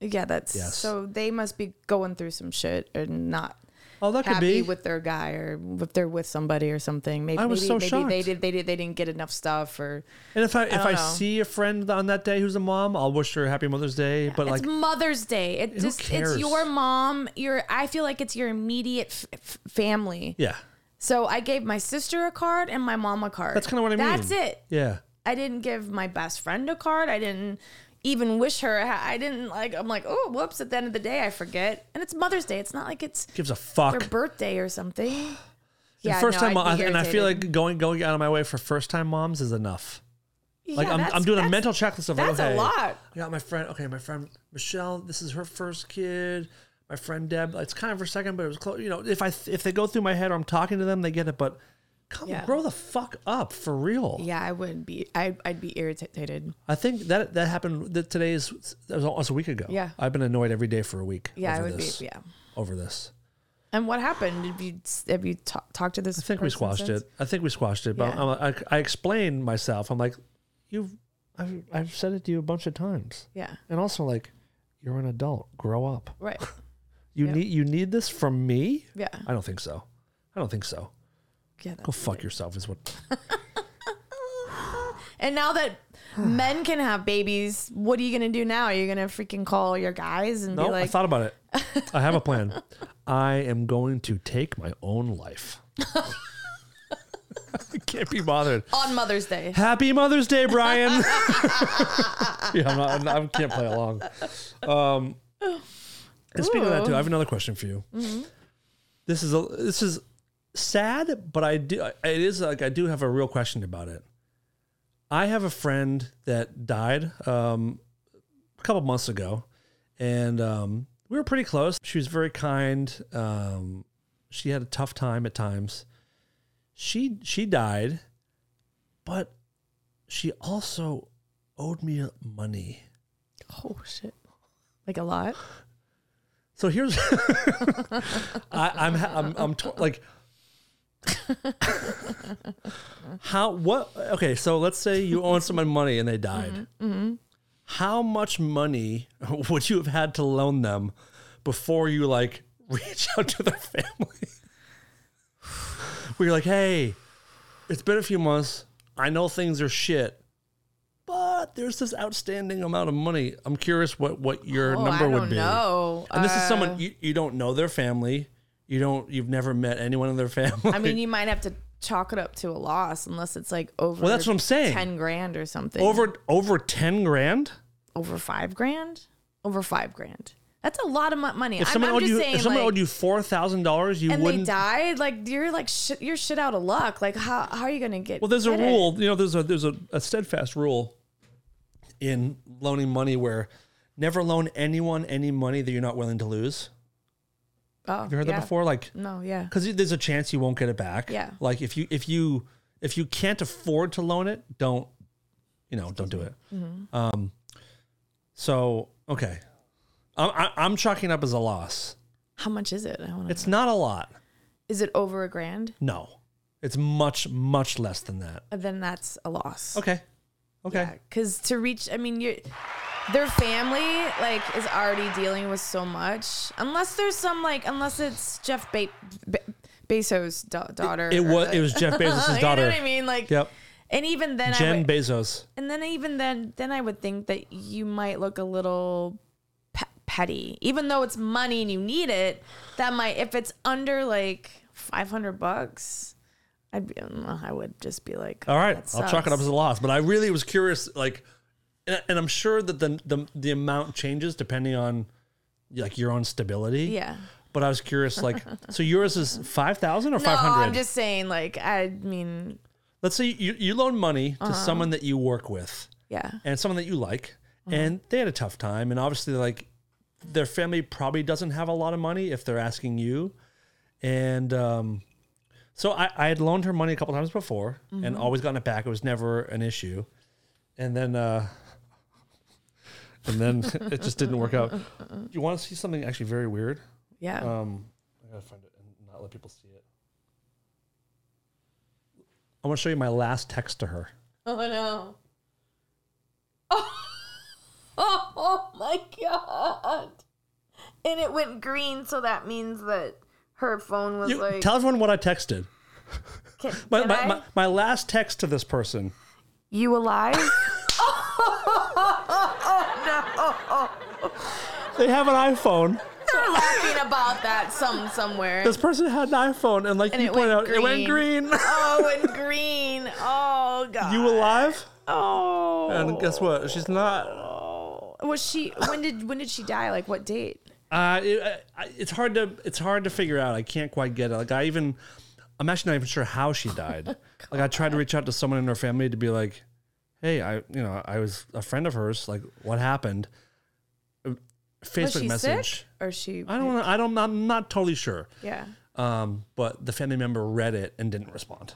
[SPEAKER 3] Yeah, that's
[SPEAKER 2] Yes.
[SPEAKER 3] so they must be going through some shit and not
[SPEAKER 2] Oh, that could be.
[SPEAKER 3] happy with their guy or if they're with somebody or something. Maybe
[SPEAKER 2] I was
[SPEAKER 3] maybe,
[SPEAKER 2] so
[SPEAKER 3] maybe they
[SPEAKER 2] shocked.
[SPEAKER 3] did they did they didn't get enough stuff or
[SPEAKER 2] and if I if
[SPEAKER 3] don't
[SPEAKER 2] I,
[SPEAKER 3] know.
[SPEAKER 2] see a friend on that day who's a mom, I'll wish her happy Mother's Day. but like,
[SPEAKER 3] it's Mother's Day. It
[SPEAKER 2] Who
[SPEAKER 3] just
[SPEAKER 2] cares?
[SPEAKER 3] it's your mom. Your I feel like it's your immediate f- f- family.
[SPEAKER 2] yeah,
[SPEAKER 3] So I gave my sister a card and my mom a card.
[SPEAKER 2] that's kind of what I mean.
[SPEAKER 3] That's it.
[SPEAKER 2] Yeah.
[SPEAKER 3] I didn't give my best friend a card. I didn't even wish her. a ha- I didn't like. I'm like, oh, whoops. At the end of the day, I forget. And it's Mother's Day. It's not like it's
[SPEAKER 2] Gives a
[SPEAKER 3] their
[SPEAKER 2] fuck.
[SPEAKER 3] birthday
[SPEAKER 2] (gasps)
[SPEAKER 3] or something. (gasps)
[SPEAKER 2] And
[SPEAKER 3] Yeah,
[SPEAKER 2] first
[SPEAKER 3] no,
[SPEAKER 2] time,
[SPEAKER 3] I'd be
[SPEAKER 2] I, and I feel
[SPEAKER 3] irritated.
[SPEAKER 2] like going going out of my way for first time moms is enough. Like
[SPEAKER 3] Yeah,
[SPEAKER 2] I'm,
[SPEAKER 3] that's-
[SPEAKER 2] I'm doing a
[SPEAKER 3] that's-
[SPEAKER 2] mental checklist of like,
[SPEAKER 3] that's a
[SPEAKER 2] okay,
[SPEAKER 3] lot.
[SPEAKER 2] I got my friend. Okay, my friend Michelle. This is her first kid. My friend Deb. It's kind of her second, but it was close. You know, if I if they go through my head or I'm talking to them, they get it. But come
[SPEAKER 3] Yeah.
[SPEAKER 2] grow the fuck up for real.
[SPEAKER 3] Yeah, I wouldn't be. I I'd be irritated.
[SPEAKER 2] I think that that happened. That today is that was almost a week ago.
[SPEAKER 3] Yeah.
[SPEAKER 2] I've been annoyed every day for a week.
[SPEAKER 3] Yeah, I
[SPEAKER 2] over
[SPEAKER 3] would
[SPEAKER 2] this-
[SPEAKER 3] be. Yeah.
[SPEAKER 2] over this.
[SPEAKER 3] And what happened? Have you have you ta- talked to this?
[SPEAKER 2] I think we squashed it. I think we squashed it. But
[SPEAKER 3] Yeah.
[SPEAKER 2] I'm, I, I explained myself. I'm like, you've, I've, I've said it to you a bunch of times,
[SPEAKER 3] Yeah.
[SPEAKER 2] and also like, you're an adult. Grow up. (laughs)
[SPEAKER 3] Right.
[SPEAKER 2] You
[SPEAKER 3] Yeah.
[SPEAKER 2] need, you need this from me.
[SPEAKER 3] Yeah.
[SPEAKER 2] I don't think so. I don't think so.
[SPEAKER 3] Yeah. (laughs)
[SPEAKER 2] Go fuck yourself is what.
[SPEAKER 3] And
[SPEAKER 2] (sighs)
[SPEAKER 3] now that men can have babies, what are you gonna do now? Are you gonna freaking call your guys and
[SPEAKER 2] No,
[SPEAKER 3] be like,
[SPEAKER 2] I thought about it. I have a
[SPEAKER 3] (laughs)
[SPEAKER 2] plan. I am going to take my own life. (laughs) I can't be bothered.
[SPEAKER 3] on
[SPEAKER 2] (laughs)
[SPEAKER 3] Mother's Day?
[SPEAKER 2] Happy Mother's Day, Brian. yeah, I'm not, I'm not, I can't play along. Um, and speaking of that, too, I have another question for you. This is a this is sad, but I do it is like I do have a real question about it. I have a friend that died um, a couple months ago, and um, we were pretty close. She was very kind. Um, she had a tough time at times. She she died, but she also owed me money.
[SPEAKER 3] Oh shit! Like a lot.
[SPEAKER 2] So here's, (laughs) I, I'm I'm I'm t- like, how what? Okay, so let's say you own someone money and they died.
[SPEAKER 3] Mm-hmm,
[SPEAKER 2] How much money (laughs) would you have had to loan them before you like (laughs) reach out to their family? Where you're like, hey, it's been a few months. I know things are shit, but there's this outstanding amount of money. I'm curious what what your
[SPEAKER 3] Oh,
[SPEAKER 2] number
[SPEAKER 3] I
[SPEAKER 2] would
[SPEAKER 3] don't
[SPEAKER 2] be.
[SPEAKER 3] know.
[SPEAKER 2] And this is
[SPEAKER 3] Uh,
[SPEAKER 2] someone you, you don't know their family. You don't you've never met anyone in their family.
[SPEAKER 3] Uh,
[SPEAKER 2] (laughs)
[SPEAKER 3] I mean, you might have to chalk it up to a loss unless it's like over.
[SPEAKER 2] Well, that's what I'm saying.
[SPEAKER 3] Ten grand or something.
[SPEAKER 2] over over ten grand.
[SPEAKER 3] over five grand. Over five grand. That's a lot of mo- money.
[SPEAKER 2] If
[SPEAKER 3] I'm,
[SPEAKER 2] someone
[SPEAKER 3] I'm
[SPEAKER 2] owed
[SPEAKER 3] just
[SPEAKER 2] you
[SPEAKER 3] saying,
[SPEAKER 2] if someone
[SPEAKER 3] like,
[SPEAKER 2] owed you four thousand dollars, you
[SPEAKER 3] and they
[SPEAKER 2] wouldn't.
[SPEAKER 3] died, like you're like shit, you're shit out of luck. Like how how are you gonna get?
[SPEAKER 2] well, there's a
[SPEAKER 3] get it?
[SPEAKER 2] rule. You know, there's a there's a, a steadfast rule in loaning money where never loan anyone any money that you're not willing to lose.
[SPEAKER 3] Oh,
[SPEAKER 2] Have you heard
[SPEAKER 3] yeah.
[SPEAKER 2] that before? Like,
[SPEAKER 3] No, yeah.
[SPEAKER 2] because there's a chance you won't get it back.
[SPEAKER 3] Yeah.
[SPEAKER 2] Like if you if you if you can't afford to loan it, don't you know? Don't do it.
[SPEAKER 3] Mm-hmm.
[SPEAKER 2] Um. So okay, I'm I- I'm chalking up as a loss.
[SPEAKER 3] How much is it? I want
[SPEAKER 2] It's not a lot.
[SPEAKER 3] Is it over a grand? Uh,
[SPEAKER 2] No, it's much much less than that.
[SPEAKER 3] Then that's a loss.
[SPEAKER 2] Okay. Okay.
[SPEAKER 3] Because to reach, I mean, you their family like is already dealing with so much. Unless there's some like, unless it's Jeff Be- Be- Bezos' da- daughter.
[SPEAKER 2] It
[SPEAKER 3] or
[SPEAKER 2] was
[SPEAKER 3] the-
[SPEAKER 2] it was
[SPEAKER 3] (laughs)
[SPEAKER 2] Jeff Bezos' daughter.
[SPEAKER 3] You know what I mean? Like,
[SPEAKER 2] Yep.
[SPEAKER 3] and even then, I
[SPEAKER 2] Jen
[SPEAKER 3] would,
[SPEAKER 2] Bezos.
[SPEAKER 3] and then even then, then I would think that you might look a little pe- petty, even though it's money and you need it. That might, if it's under like five hundred bucks, I'd be, mm, I would just be like,
[SPEAKER 2] All right,
[SPEAKER 3] "That
[SPEAKER 2] I'll chalk it up
[SPEAKER 3] sucks."
[SPEAKER 2] as a loss. But I really was curious, like, and, and I'm sure that the, the the amount changes depending on like your own stability.
[SPEAKER 3] Yeah.
[SPEAKER 2] But I was curious,
[SPEAKER 3] (laughs)
[SPEAKER 2] like, so yours is five thousand or
[SPEAKER 3] No,
[SPEAKER 2] five
[SPEAKER 3] I'm
[SPEAKER 2] hundred?
[SPEAKER 3] just saying, like, I mean,
[SPEAKER 2] Let's say you you loan money
[SPEAKER 3] Uh-huh.
[SPEAKER 2] to someone that you work with
[SPEAKER 3] yeah.
[SPEAKER 2] and someone that you like,
[SPEAKER 3] Uh-huh.
[SPEAKER 2] and they had a tough time, and obviously, like, their family probably doesn't have a lot of money if they're asking you, and um, so I, I had loaned her money a couple times before and
[SPEAKER 3] Mm-hmm.
[SPEAKER 2] always gotten it back. It was never an issue, and then uh, (laughs) and then (laughs) it just didn't work
[SPEAKER 3] (laughs)
[SPEAKER 2] out. You want to see something actually very weird?
[SPEAKER 3] Yeah.
[SPEAKER 2] Um, I gotta find it and not let people see it. I want to show you my last text to her.
[SPEAKER 3] (laughs) oh no. (laughs) Oh, oh, my god. And it went green, so that means that her phone was
[SPEAKER 2] You,
[SPEAKER 3] like.
[SPEAKER 2] tell everyone what I texted.
[SPEAKER 3] (laughs) can,
[SPEAKER 2] My,
[SPEAKER 3] can
[SPEAKER 2] my,
[SPEAKER 3] I?
[SPEAKER 2] my, my last text to this person. (laughs)
[SPEAKER 3] you alive? Oh,
[SPEAKER 2] They have an iPhone.
[SPEAKER 3] (laughs) They're laughing about that some somewhere.
[SPEAKER 2] This person had an iPhone, and like
[SPEAKER 3] And
[SPEAKER 2] you
[SPEAKER 3] it
[SPEAKER 2] pointed out,
[SPEAKER 3] went
[SPEAKER 2] it went green.
[SPEAKER 3] (laughs)
[SPEAKER 2] (laughs)
[SPEAKER 3] oh, and green. Oh god.
[SPEAKER 2] you alive?
[SPEAKER 3] Oh.
[SPEAKER 2] And guess what? She's not.
[SPEAKER 3] Was she? When did when did she die? Like what date?
[SPEAKER 2] Uh, it, I- I, it's hard to it's hard to figure out. I can't quite get it. Like I even, I'm actually not even sure how she
[SPEAKER 3] (laughs) Oh,
[SPEAKER 2] died. like I tried to reach out to someone in her family to be like, hey, I you know I was a friend of hers. Like what happened? Uh,
[SPEAKER 3] Was
[SPEAKER 2] Facebook
[SPEAKER 3] she
[SPEAKER 2] message.
[SPEAKER 3] sick? Or she?
[SPEAKER 2] I don't know. I don't. I'm not totally sure.
[SPEAKER 3] Yeah.
[SPEAKER 2] Um, but the family member read it and didn't respond.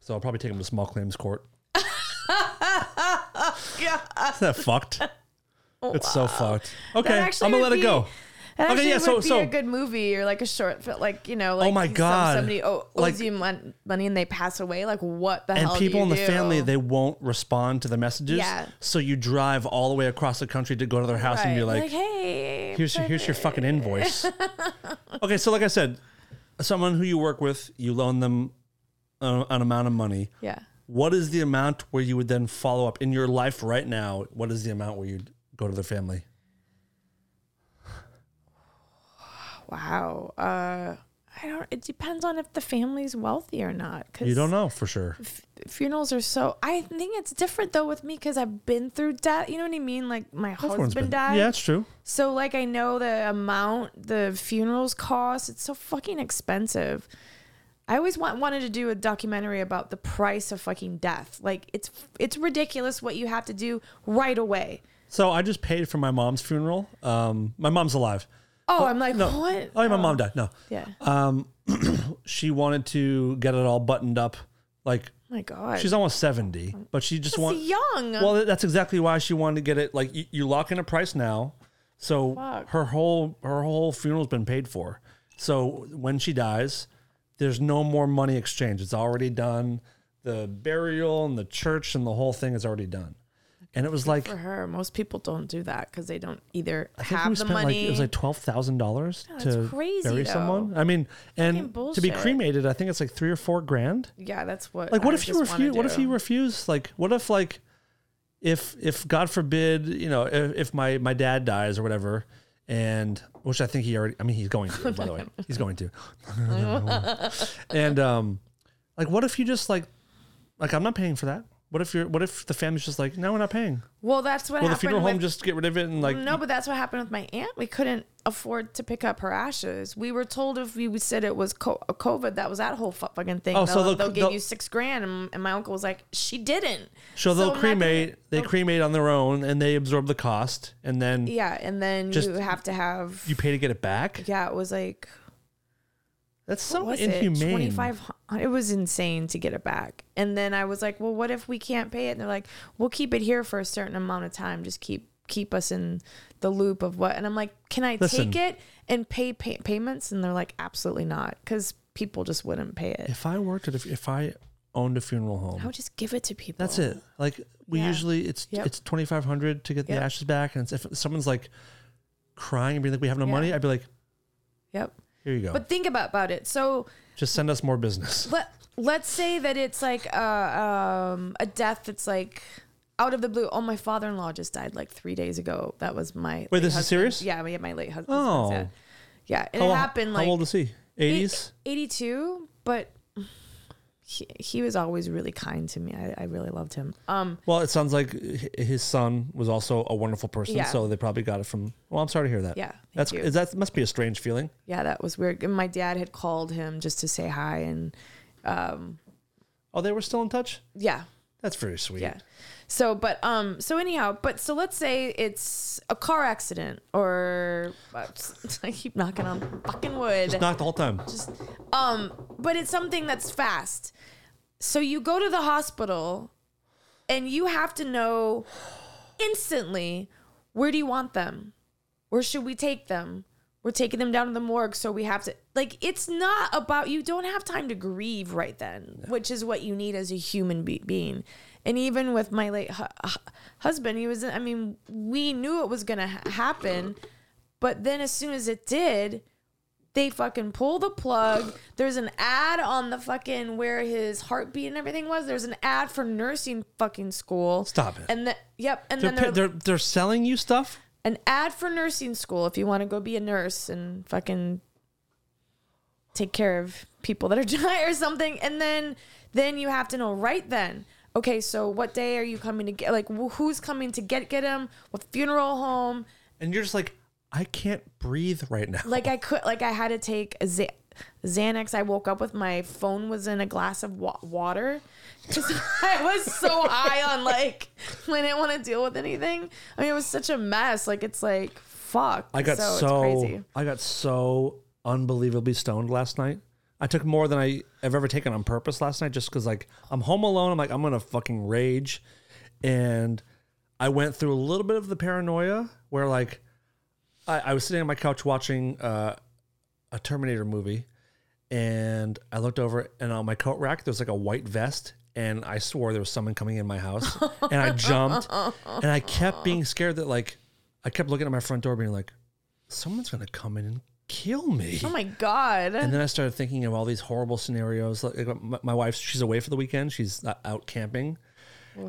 [SPEAKER 2] So I'll probably take him to small claims
[SPEAKER 3] (laughs)
[SPEAKER 2] court.
[SPEAKER 3] Oh,
[SPEAKER 2] Isn't that fucked? It's so fucked. Okay, I'm
[SPEAKER 3] actually
[SPEAKER 2] gonna
[SPEAKER 3] would
[SPEAKER 2] let it go.
[SPEAKER 3] be- That
[SPEAKER 2] Okay,
[SPEAKER 3] actually
[SPEAKER 2] yeah,
[SPEAKER 3] would
[SPEAKER 2] so-
[SPEAKER 3] be
[SPEAKER 2] so- Oh
[SPEAKER 3] a good movie or like a short film, like you know, like
[SPEAKER 2] my
[SPEAKER 3] some-
[SPEAKER 2] God.
[SPEAKER 3] somebody o- owes
[SPEAKER 2] Like-
[SPEAKER 3] you mon- money and they pass away. Like what the
[SPEAKER 2] And
[SPEAKER 3] hell? do
[SPEAKER 2] people
[SPEAKER 3] you
[SPEAKER 2] in the
[SPEAKER 3] do?
[SPEAKER 2] family they won't respond to the messages.
[SPEAKER 3] Yeah.
[SPEAKER 2] So you drive all the way across the country to go to their house
[SPEAKER 3] Right.
[SPEAKER 2] and you're like,
[SPEAKER 3] hey,
[SPEAKER 2] here's your, here's your fucking
[SPEAKER 3] (laughs)
[SPEAKER 2] invoice. okay, so like I said, someone who you work with, you loan them a, an amount of money.
[SPEAKER 3] yeah,
[SPEAKER 2] What is the amount where you would then follow up in your life right now? What is the amount where you'd go to their family?
[SPEAKER 3] Wow. Uh, I don't. It depends on if the family's wealthy or not. Cause
[SPEAKER 2] You don't know for sure.
[SPEAKER 3] Funerals are so. I think it's different though with me because I've been through death. You know what I mean? Like my
[SPEAKER 2] Everyone's
[SPEAKER 3] husband
[SPEAKER 2] been-
[SPEAKER 3] died.
[SPEAKER 2] Yeah, it's true.
[SPEAKER 3] So like I know the amount the funerals cost. It's so fucking expensive. I always want, wanted to do a documentary about the price of fucking death. Like it's it's ridiculous what you have to do right away.
[SPEAKER 2] So I just paid for my mom's funeral. Um, my mom's alive.
[SPEAKER 3] Oh, I'm like
[SPEAKER 2] No.
[SPEAKER 3] what?
[SPEAKER 2] Oh, yeah, my mom died. Uh, No,
[SPEAKER 3] Yeah.
[SPEAKER 2] she wanted to get it all buttoned up. Like
[SPEAKER 3] Oh my God.
[SPEAKER 2] she's almost seventy, but she just wants
[SPEAKER 3] young.
[SPEAKER 2] Well, that's exactly why she wanted to get it. Like you, you lock in a price now, so
[SPEAKER 3] Fuck.
[SPEAKER 2] her whole her whole funeral's been paid for. So when she dies, there's no more money exchange. It's already done. The burial and the church and the whole thing is already done. And it was like
[SPEAKER 3] for her. Most people don't do that because they don't either
[SPEAKER 2] I think
[SPEAKER 3] have
[SPEAKER 2] we
[SPEAKER 3] the
[SPEAKER 2] spent like
[SPEAKER 3] money.
[SPEAKER 2] it was like twelve thousand dollars
[SPEAKER 3] that's
[SPEAKER 2] to
[SPEAKER 3] crazy,
[SPEAKER 2] bury someone.
[SPEAKER 3] though.
[SPEAKER 2] I mean, and
[SPEAKER 3] Fucking
[SPEAKER 2] to be
[SPEAKER 3] bullshit.
[SPEAKER 2] cremated, I think it's like three or four grand.
[SPEAKER 3] yeah, that's what.
[SPEAKER 2] Like, what
[SPEAKER 3] I
[SPEAKER 2] if you
[SPEAKER 3] just wanna
[SPEAKER 2] refuse? What if
[SPEAKER 3] do.
[SPEAKER 2] you refuse? Like, what if like, if if God forbid, you know, if, if my my dad dies or whatever, and which I think he already, I mean, he's going to. by the
[SPEAKER 3] (laughs)
[SPEAKER 2] way, he's going to. (laughs) and um, like, what if you just like, like I'm not paying for that. What if you're? What if the family's just like, no, we're not paying.
[SPEAKER 3] Well, that's what
[SPEAKER 2] Well, the
[SPEAKER 3] happened.
[SPEAKER 2] funeral
[SPEAKER 3] with,
[SPEAKER 2] home just get rid of it and like,
[SPEAKER 3] no, but that's what happened with my aunt. We couldn't afford to pick up her ashes. We were told if we would said it was co- COVID, that was that whole fu- fucking thing.
[SPEAKER 2] Oh,
[SPEAKER 3] they'll,
[SPEAKER 2] so they'll-
[SPEAKER 3] they'll,
[SPEAKER 2] they'll-
[SPEAKER 3] give you six grand, and, and my uncle was like, she didn't.
[SPEAKER 2] So
[SPEAKER 3] I'm
[SPEAKER 2] they'll
[SPEAKER 3] not gonna-
[SPEAKER 2] cremate. they cremate on their own, and they absorb the cost, and then
[SPEAKER 3] Yeah, and then
[SPEAKER 2] Just-
[SPEAKER 3] you have to have.
[SPEAKER 2] you pay to get it back.
[SPEAKER 3] yeah, it was like
[SPEAKER 2] That's
[SPEAKER 3] what
[SPEAKER 2] so
[SPEAKER 3] was it?
[SPEAKER 2] inhumane.
[SPEAKER 3] Twenty five. It was insane to get it back. And then I was like, well, what if we can't pay it? And they're like, we'll keep it here for a certain amount of time. Just keep keep us in the loop of what. And I'm like, can I
[SPEAKER 2] Listen.
[SPEAKER 3] take it and pay, pay payments? And they're like, absolutely not, because people just wouldn't pay it.
[SPEAKER 2] If I worked at a, if I owned a funeral home,
[SPEAKER 3] I would just give it to people.
[SPEAKER 2] that's it. Like we
[SPEAKER 3] Yeah.
[SPEAKER 2] usually, it's
[SPEAKER 3] Yep.
[SPEAKER 2] it's twenty five hundred to get
[SPEAKER 3] Yep.
[SPEAKER 2] the ashes back, and it's, if someone's like crying and being like, "We have no
[SPEAKER 3] Yeah.
[SPEAKER 2] money," I'd be like,
[SPEAKER 3] Yep.
[SPEAKER 2] "Here you go.
[SPEAKER 3] But think about about it. So
[SPEAKER 2] Just send us more business."
[SPEAKER 3] let let's say that it's like a um, a death that's like out of the blue. Oh, my father in law just died like three days ago. That was my
[SPEAKER 2] Wait,
[SPEAKER 3] late
[SPEAKER 2] this is
[SPEAKER 3] husband.
[SPEAKER 2] serious?
[SPEAKER 3] Yeah, my- my late husband.
[SPEAKER 2] Oh.
[SPEAKER 3] yeah. yeah.
[SPEAKER 2] (laughs)
[SPEAKER 3] And
[SPEAKER 2] how,
[SPEAKER 3] it
[SPEAKER 2] ol-
[SPEAKER 3] happened like
[SPEAKER 2] how old is he? Eighties.
[SPEAKER 3] eighty two, but. He, he was always really kind to me. I, I really loved him. Um,
[SPEAKER 2] Well, it sounds like h- his son was also a wonderful person,
[SPEAKER 3] Yeah.
[SPEAKER 2] so they probably got it from. Well, I'm sorry to hear that.
[SPEAKER 3] Yeah, thank
[SPEAKER 2] that's
[SPEAKER 3] you.
[SPEAKER 2] is that must be a strange feeling.
[SPEAKER 3] yeah, that was weird. And my dad had called him just to say hi, and um,
[SPEAKER 2] Oh, they were still in touch.
[SPEAKER 3] yeah,
[SPEAKER 2] That's very sweet.
[SPEAKER 3] Yeah. So, but um, so anyhow, but so let's say it's a car accident, or uh, (laughs) I keep knocking on fucking wood.
[SPEAKER 2] Not the whole time.
[SPEAKER 3] Just, um, but it's something that's fast. So you go to the hospital, and you have to know instantly where do you want them, where should we take them. We're taking them down to the morgue, so we have to like. It's not about you. Don't have time to grieve right then, which is what you need as a human be- being. And even with my late hu- hu- husband, he was. I mean, we knew it was gonna ha- happen, but then as soon as it did, they fucking pull the plug. There's an ad on the fucking where his heartbeat and everything was. There's an ad for nursing fucking school.
[SPEAKER 2] Stop it.
[SPEAKER 3] And the, yep. And
[SPEAKER 2] They're,
[SPEAKER 3] then
[SPEAKER 2] pa-
[SPEAKER 3] they're,
[SPEAKER 2] they're they're selling you stuff.
[SPEAKER 3] an ad for nursing school if you want to go be a nurse and fucking take care of people that are (laughs) dying or something. And then then you have to know right then. Okay, so what day are you coming to get? Like, wh- who's coming to get get him? What funeral home?
[SPEAKER 2] and you're just like, I can't breathe right now.
[SPEAKER 3] like I could like I had to take a Xa- Xanax. I woke up with my phone was in a glass of wa- water (laughs) because I was so high on like I didn't want to deal with anything. I mean, it was such a mess. Like it's like fuck.
[SPEAKER 2] I got so,
[SPEAKER 3] it's crazy.
[SPEAKER 2] I got so unbelievably stoned last night. I took more than I have ever taken on purpose last night, just because like I'm home alone. I'm like I'm gonna fucking rage, and I went through a little bit of the paranoia where like I, I was sitting on my couch watching uh, a Terminator movie, and I looked over and on my coat rack there was like a white vest. And I swore there was someone coming in my house,
[SPEAKER 5] (laughs)
[SPEAKER 2] and I jumped, and I kept being scared that like I kept looking at my front door, being like, someone's gonna come in and kill me.
[SPEAKER 5] Oh my god.
[SPEAKER 2] And then I started thinking of all these horrible scenarios. Like, like my, my wife, she's away for the weekend. She's uh, out camping,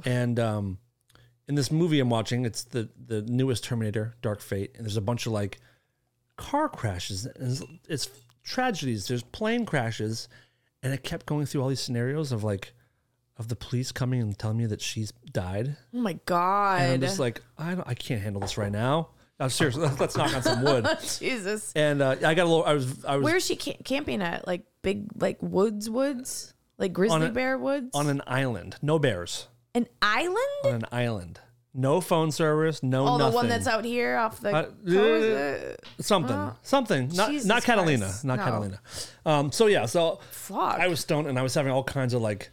[SPEAKER 2] and um, in this movie I'm watching, it's the the newest Terminator, Dark Fate, and there's a bunch of like car crashes, and it's, it's tragedies. There's plane crashes, and it kept going through all these scenarios of like of the police coming and telling me that she's died.
[SPEAKER 5] oh my
[SPEAKER 2] And
[SPEAKER 5] god.
[SPEAKER 2] I'm just like, I don't, I can't handle this right now. I'm serious. (laughs) Let's knock on some wood.
[SPEAKER 5] Jesus.
[SPEAKER 2] And uh, I got a little. I was I was
[SPEAKER 5] Where is she ca- camping at? Like big like woods woods? Like grizzly
[SPEAKER 2] a-
[SPEAKER 5] bear woods?
[SPEAKER 2] on an island, no bears.
[SPEAKER 5] an island?
[SPEAKER 2] on an island. No phone service, no
[SPEAKER 5] Oh,
[SPEAKER 2] nothing.
[SPEAKER 5] the one that's out here off the.
[SPEAKER 2] Uh,
[SPEAKER 5] what was it?
[SPEAKER 2] something, something. Not
[SPEAKER 5] Jesus
[SPEAKER 2] not Catalina,
[SPEAKER 5] Christ,
[SPEAKER 2] not
[SPEAKER 5] no.
[SPEAKER 2] Catalina. Um, so yeah, so
[SPEAKER 5] Fuck.
[SPEAKER 2] I was stoned and I was having all kinds of like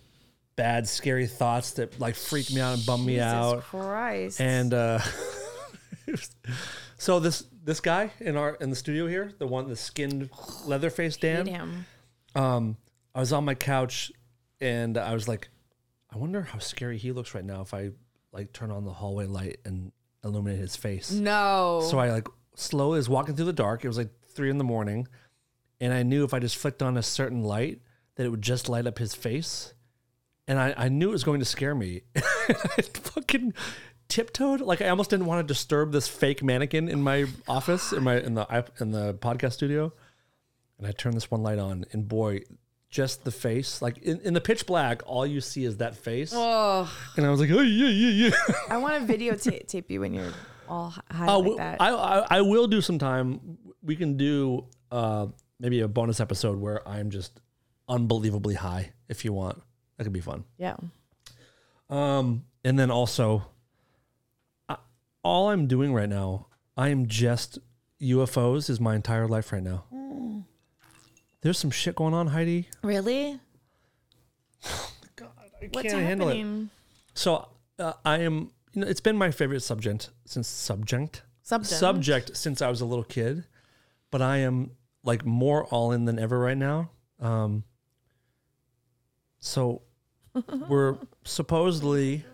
[SPEAKER 2] bad, scary thoughts that like freaked me out and bummed me
[SPEAKER 5] Jesus
[SPEAKER 2] out.
[SPEAKER 5] Christ.
[SPEAKER 2] And uh, (laughs) it was- so this this guy in our in the studio here, the one the skinned leather faced Dan,
[SPEAKER 5] Hate him.
[SPEAKER 2] I was on my couch and I was like, I wonder how scary he looks right now if I like turn on the hallway light and illuminate his face.
[SPEAKER 5] No.
[SPEAKER 2] So I like slowly was walking through the dark. It was like three in the morning, and I knew if I just flicked on a certain light that it would just light up his face, and I, I knew it was going to scare me. (laughs) I fucking tiptoed like I almost didn't want to disturb this fake mannequin in my office in my in the iP- in the podcast studio, and I turned this one light on, and boy. Just the face, like in, in the pitch black, all you see is that face. And I was like, oh yeah, yeah, yeah.
[SPEAKER 5] I want to videotape tape you when you're all hi- high
[SPEAKER 2] Oh,
[SPEAKER 5] like
[SPEAKER 2] w-
[SPEAKER 5] that.
[SPEAKER 2] I, I I will do sometime. We can do uh, maybe a bonus episode where I'm just unbelievably high. If you want, that could be fun.
[SPEAKER 5] yeah.
[SPEAKER 2] Um, and then also, I, all I'm doing right now, I am just UFOs is my entire life right now. There's some shit going on, Heidi.
[SPEAKER 5] Really?
[SPEAKER 2] I
[SPEAKER 5] What's
[SPEAKER 2] can't handle it.
[SPEAKER 5] happening?
[SPEAKER 2] So uh, I am. You know, it's been my favorite subject since subject.
[SPEAKER 5] Subject.
[SPEAKER 2] subject since I was a little kid, but I am like more all in than ever right now. Um, so we're supposedly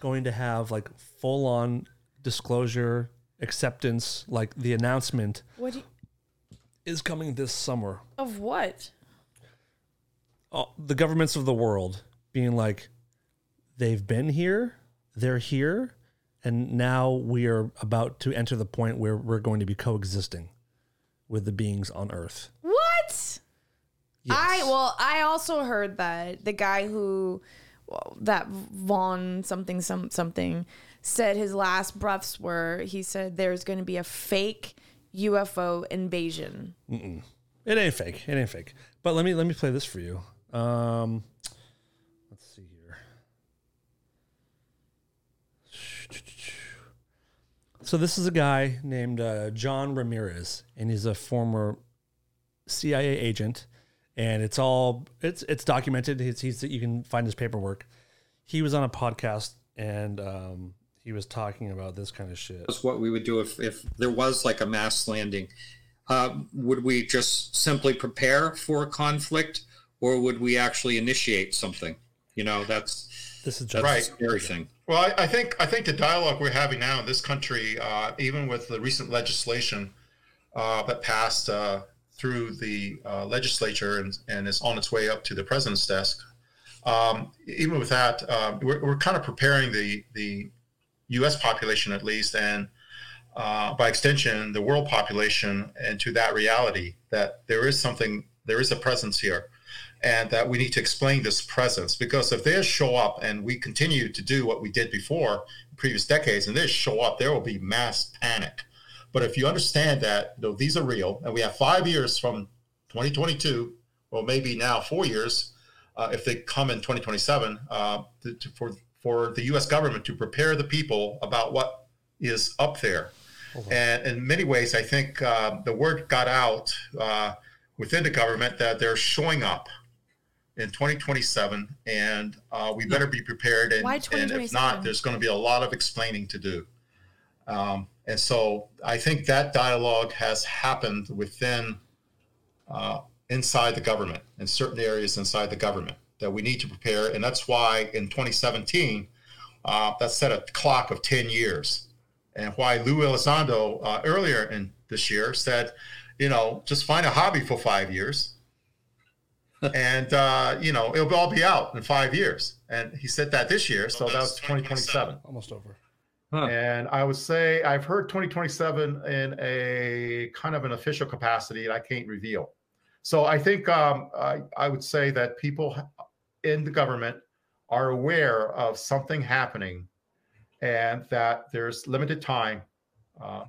[SPEAKER 2] going to have like full on disclosure acceptance, like the announcement
[SPEAKER 5] What? Do you,
[SPEAKER 2] is coming this summer.
[SPEAKER 5] of what?
[SPEAKER 2] All, uh, the governments of the world being like, they've been here, they're here, and now we are about to enter the point where we're going to be coexisting with the beings on Earth.
[SPEAKER 5] What?
[SPEAKER 2] Yes.
[SPEAKER 5] I well, I also heard that the guy who well, that Vaughn something some something said his last breaths were he said there's going to be a fake UFO invasion.
[SPEAKER 2] It ain't fake. It ain't fake. But let me let me play this for you. Um, let's see here. So this is a guy named uh, John Ramirez, and he's a former CIA agent, and it's all it's it's documented. He's, he's you can find his paperwork. He was on a podcast, and um, he was talking about this kind of shit.
[SPEAKER 6] was what we would do if, if there was like a mass landing. Uh, would we just simply prepare for a conflict or would we actually initiate something? You know, that's,
[SPEAKER 2] This is just
[SPEAKER 6] that's
[SPEAKER 7] Right.
[SPEAKER 6] the scary thing.
[SPEAKER 7] Well, I, I think I think the dialogue we're having now in this country, uh, even with the recent legislation uh, that passed uh, through the uh, legislature and, and is on its way up to the president's desk, um, even with that, uh, we're, we're kind of preparing the the U.S. population at least, and uh, by extension, the world population into that reality that there is something, there is a presence here and that we need to explain this presence because if they show up and we continue to do what we did before in previous decades and they show up there will be mass panic but if you understand that you know, these are real and we have five years from 2022 or maybe now four years uh, if they come in 2027 uh, to, to, for, for the u.s government to prepare the people about what is up there and in many ways i think uh, the word got out uh, within the government that they're showing up in 2027, and uh, we better be prepared. And,
[SPEAKER 5] Why
[SPEAKER 7] and if not,
[SPEAKER 5] 2027?
[SPEAKER 7] there's going to be a lot of explaining to do. Um, and so I think that dialogue has happened within uh, inside the government in certain areas inside the government that we need to prepare. And that's why in 2017, uh, that set a clock of 10 years. And why Lou Elizondo uh, earlier in this year said, you know, just find a hobby for five years. and, uh, you know, it'll all be out in five years. And he said that this year. So that was 2027.
[SPEAKER 2] Almost over.
[SPEAKER 7] And I would say I've heard 2027 in a kind of an official capacity that I can't reveal. So I think um, I, I would say that people in the government are aware of something happening and that there's limited time, uh,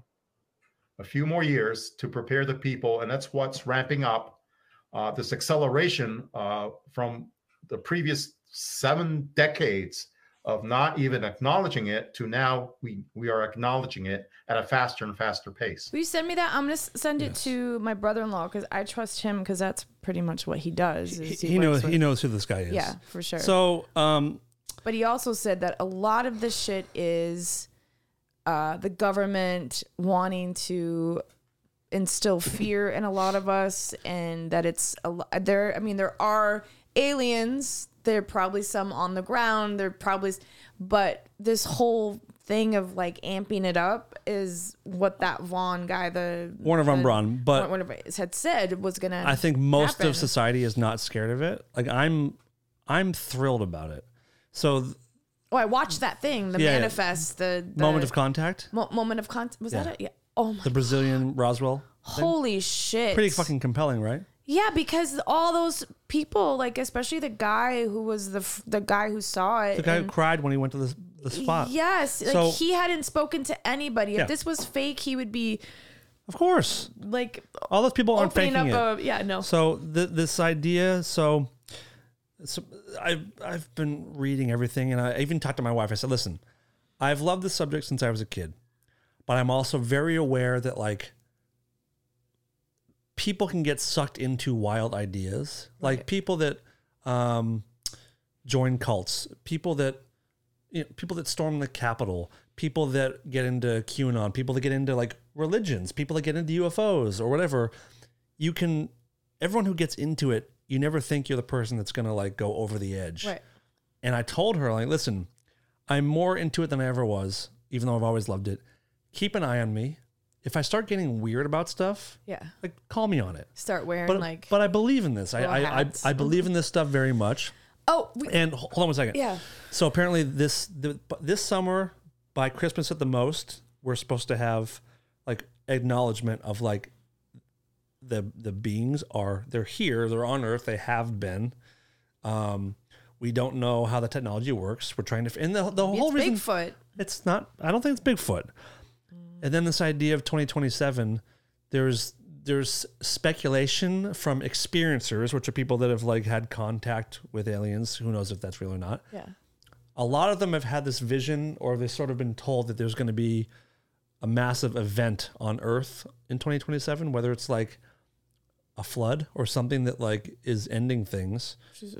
[SPEAKER 7] a few more years to prepare the people. And that's what's ramping up uh, this acceleration uh, from the previous seven decades of not even acknowledging it to now we we are acknowledging it at a faster and faster pace.
[SPEAKER 3] Will you send me that? I'm gonna s- send it
[SPEAKER 2] Yes.
[SPEAKER 3] to my brother-in-law because I trust him because that's pretty much what he does.
[SPEAKER 2] He,
[SPEAKER 3] is
[SPEAKER 2] he
[SPEAKER 3] works
[SPEAKER 2] knows.
[SPEAKER 3] with-
[SPEAKER 2] He knows who this guy is.
[SPEAKER 3] Yeah, for sure.
[SPEAKER 2] So, um,
[SPEAKER 3] But he also said that a lot of this shit is uh, the government wanting to instill fear in a lot of us, and that it's a lo- there. I mean, there are aliens. There are probably some on the ground. There are probably, s- but this whole thing of like amping it up is what that Vaughn guy, the
[SPEAKER 2] Warner von Braun, but
[SPEAKER 3] one of us had said was gonna.
[SPEAKER 2] I think most
[SPEAKER 3] happen.
[SPEAKER 2] of society is not scared of it. Like I'm, I'm thrilled about it. So, th-
[SPEAKER 3] Oh, I watched that thing, the
[SPEAKER 2] Yeah, yeah.
[SPEAKER 3] manifest, the, the
[SPEAKER 2] moment of contact,
[SPEAKER 3] Mo- moment of content. Was
[SPEAKER 2] Yeah.
[SPEAKER 3] that it? Yeah. Oh my.
[SPEAKER 2] the Brazilian Roswell,
[SPEAKER 3] Holy shit.
[SPEAKER 2] pretty fucking compelling, right?
[SPEAKER 3] Yeah, because all those people, like especially the guy who was the f- the guy who saw it.
[SPEAKER 2] The guy who
[SPEAKER 3] and-
[SPEAKER 2] cried when he went to the the spot.
[SPEAKER 3] Yes, like
[SPEAKER 2] So-
[SPEAKER 3] he hadn't spoken to anybody.
[SPEAKER 2] Yeah.
[SPEAKER 3] If this was fake, he would be
[SPEAKER 2] of course.
[SPEAKER 3] like
[SPEAKER 2] All those people aren't
[SPEAKER 3] opening
[SPEAKER 2] faking
[SPEAKER 3] up
[SPEAKER 2] it.
[SPEAKER 3] a yeah no.
[SPEAKER 2] So th- this idea, so, so I've I've been reading everything, and I even talked to my wife. I said, "Listen, I've loved this subject since I was a kid, but I'm also very aware that like people can get sucked into wild ideas, like people that um, join cults, people that you know, people that storm the Capitol, people that get into QAnon, people that get into like religions, people that get into UFOs or whatever. You can, everyone who gets into it, you never think you're the person that's going to like go over the edge.
[SPEAKER 3] Right.
[SPEAKER 2] And I told her, like, listen, I'm more into it than I ever was, even though I've always loved it. Keep an eye on me. If I start getting weird about stuff,
[SPEAKER 3] Yeah.
[SPEAKER 2] like, call me on it.
[SPEAKER 3] Start wearing
[SPEAKER 2] But,
[SPEAKER 3] like
[SPEAKER 2] but I believe in this. I,
[SPEAKER 3] little
[SPEAKER 2] I, I,
[SPEAKER 3] hats.
[SPEAKER 2] I believe in this stuff very much.
[SPEAKER 3] oh we,
[SPEAKER 2] And hol- hold on one second.
[SPEAKER 3] Yeah.
[SPEAKER 2] So apparently this the, this summer by Christmas at the most, we're supposed to have like acknowledgement of like the the beings are they're here, they're on Earth, they have been. Um, we don't know how the technology works. We're trying to f- and the the whole
[SPEAKER 3] it's
[SPEAKER 2] reason
[SPEAKER 3] Bigfoot.
[SPEAKER 2] it's not i don't think it's bigfoot and then this idea of 2027 there's there's speculation from experiencers which are people that have like had contact with aliens who knows if that's real or not
[SPEAKER 3] Yeah.
[SPEAKER 2] a lot of them have had this vision or they've sort of been told that there's going to be a massive event on earth in 2027 whether it's like a flood or something that like is ending things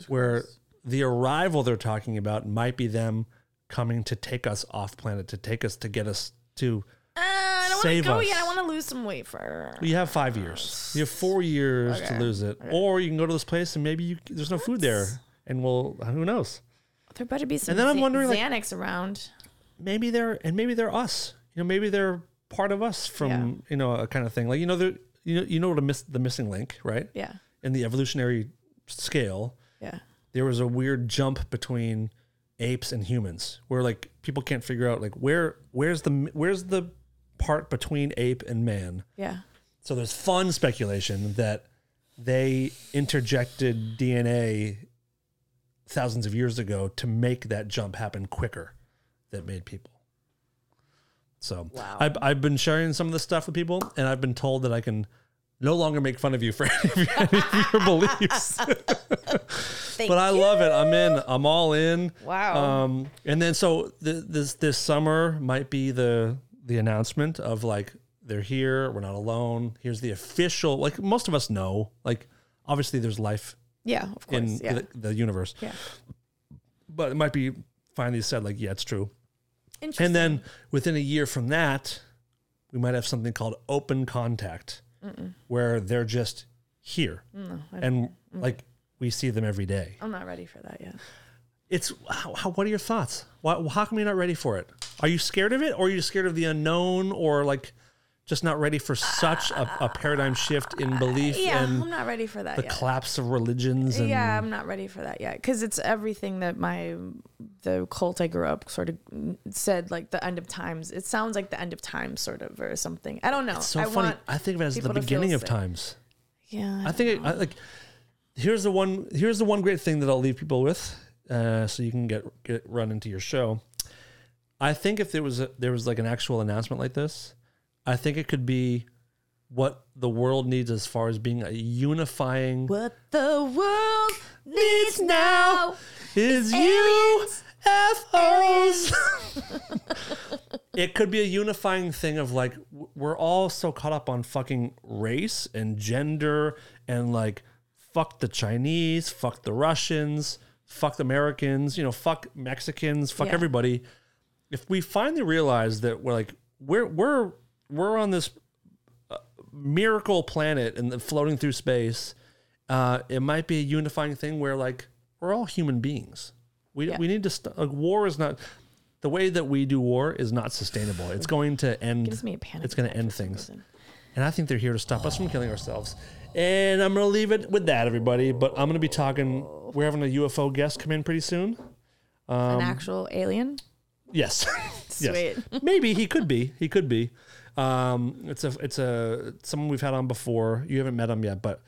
[SPEAKER 2] where the arrival they're talking about might be them coming to take us off planet to take us to get us to
[SPEAKER 5] Uh, I don't want to
[SPEAKER 2] Save
[SPEAKER 5] go
[SPEAKER 2] us.
[SPEAKER 5] yet. I want to lose some weight for.
[SPEAKER 2] you have five years you have four years to lose it or you can go to this place and maybe you there's no food there and we'll who knows
[SPEAKER 5] There better be some.
[SPEAKER 2] And then I'm
[SPEAKER 5] Xa-
[SPEAKER 2] wondering, like-
[SPEAKER 5] Xanax around.
[SPEAKER 2] maybe they're and maybe they're us. You know, maybe they're part of us from you know a kind of thing. Like you know, the you know you know what a miss the missing link, right?
[SPEAKER 5] Yeah.
[SPEAKER 2] In the evolutionary scale,
[SPEAKER 5] Yeah.
[SPEAKER 2] there was a weird jump between apes and humans, where like people can't figure out like where where's the where's the part between ape and man.
[SPEAKER 5] Yeah.
[SPEAKER 2] So there's fun speculation that they interjected DNA thousands of years ago to make that jump happen quicker that made people. So I've, I've been sharing some of this stuff with people, and I've been told that I can no longer make fun of you for (laughs) any of your, any of your
[SPEAKER 3] (laughs)
[SPEAKER 2] beliefs. but I love it. I'm in. I'm all in.
[SPEAKER 5] Wow.
[SPEAKER 2] Um, and then so th- this this summer might be the the announcement of like they're here. We're not alone. Here's the official. Like most of us know. Like obviously there's life
[SPEAKER 3] Yeah, of course.
[SPEAKER 2] in
[SPEAKER 3] yeah.
[SPEAKER 2] the, the universe.
[SPEAKER 3] Yeah.
[SPEAKER 2] But it might be finally said like yeah it's true. And then within a year from that, we might have something called open contact, where they're just here,
[SPEAKER 3] Mm,
[SPEAKER 2] and like we see them every day.
[SPEAKER 3] I'm not ready for that yet.
[SPEAKER 2] It's how, how, what are your thoughts? Why, how come you're not ready for it? Are you scared of it, or are you scared of the unknown, or like just not ready for such a, a paradigm shift in belief
[SPEAKER 3] Yeah,
[SPEAKER 2] and
[SPEAKER 3] I'm not ready for that
[SPEAKER 2] the
[SPEAKER 3] yet.
[SPEAKER 2] collapse of religions and
[SPEAKER 3] yeah, I'm not ready for that yet because it's everything that my the cult I grew up sort of said like the end of times. It sounds like the end of times sort of or something. I don't know.
[SPEAKER 2] so
[SPEAKER 3] I
[SPEAKER 2] funny.
[SPEAKER 3] want
[SPEAKER 2] I think of it as the
[SPEAKER 3] people to feel
[SPEAKER 2] beginning of
[SPEAKER 3] safe.
[SPEAKER 2] times.
[SPEAKER 3] yeah.
[SPEAKER 2] I think it, I, like here's the one here's the one great thing that I'll leave people with, uh, so you can get get run into your show. I think if there was a, there was like an actual announcement like this, I think it could be what the world needs as far as being a unifying
[SPEAKER 3] what the world needs now.
[SPEAKER 2] is you FOs. (laughs) it could be a unifying thing of like w- we're all so caught up on fucking race and gender and like fuck the Chinese, fuck the Russians, fuck the Americans, you know, fuck Mexicans, fuck
[SPEAKER 3] Yeah.
[SPEAKER 2] everybody. If we finally realize that we're like we're we're we're on this uh, miracle planet and floating through space uh, it might be a unifying thing where like we're all human beings. We we need to st- like war is not the way that we do war is not sustainable. It's going to end.
[SPEAKER 3] Gives me a panic
[SPEAKER 2] It's going to
[SPEAKER 3] attack
[SPEAKER 2] end
[SPEAKER 3] for some
[SPEAKER 2] things,
[SPEAKER 3] reason.
[SPEAKER 2] and I think they're here to stop us from killing ourselves. And I'm going to leave it with that, everybody. But I'm going to be talking. We're having a UFO guest come in pretty soon. Um,
[SPEAKER 3] An actual alien.
[SPEAKER 2] Yes. (laughs) yes.
[SPEAKER 3] Sweet.
[SPEAKER 2] Maybe he could be. He could be. Um, it's a it's a someone we've had on before. You haven't met him yet, but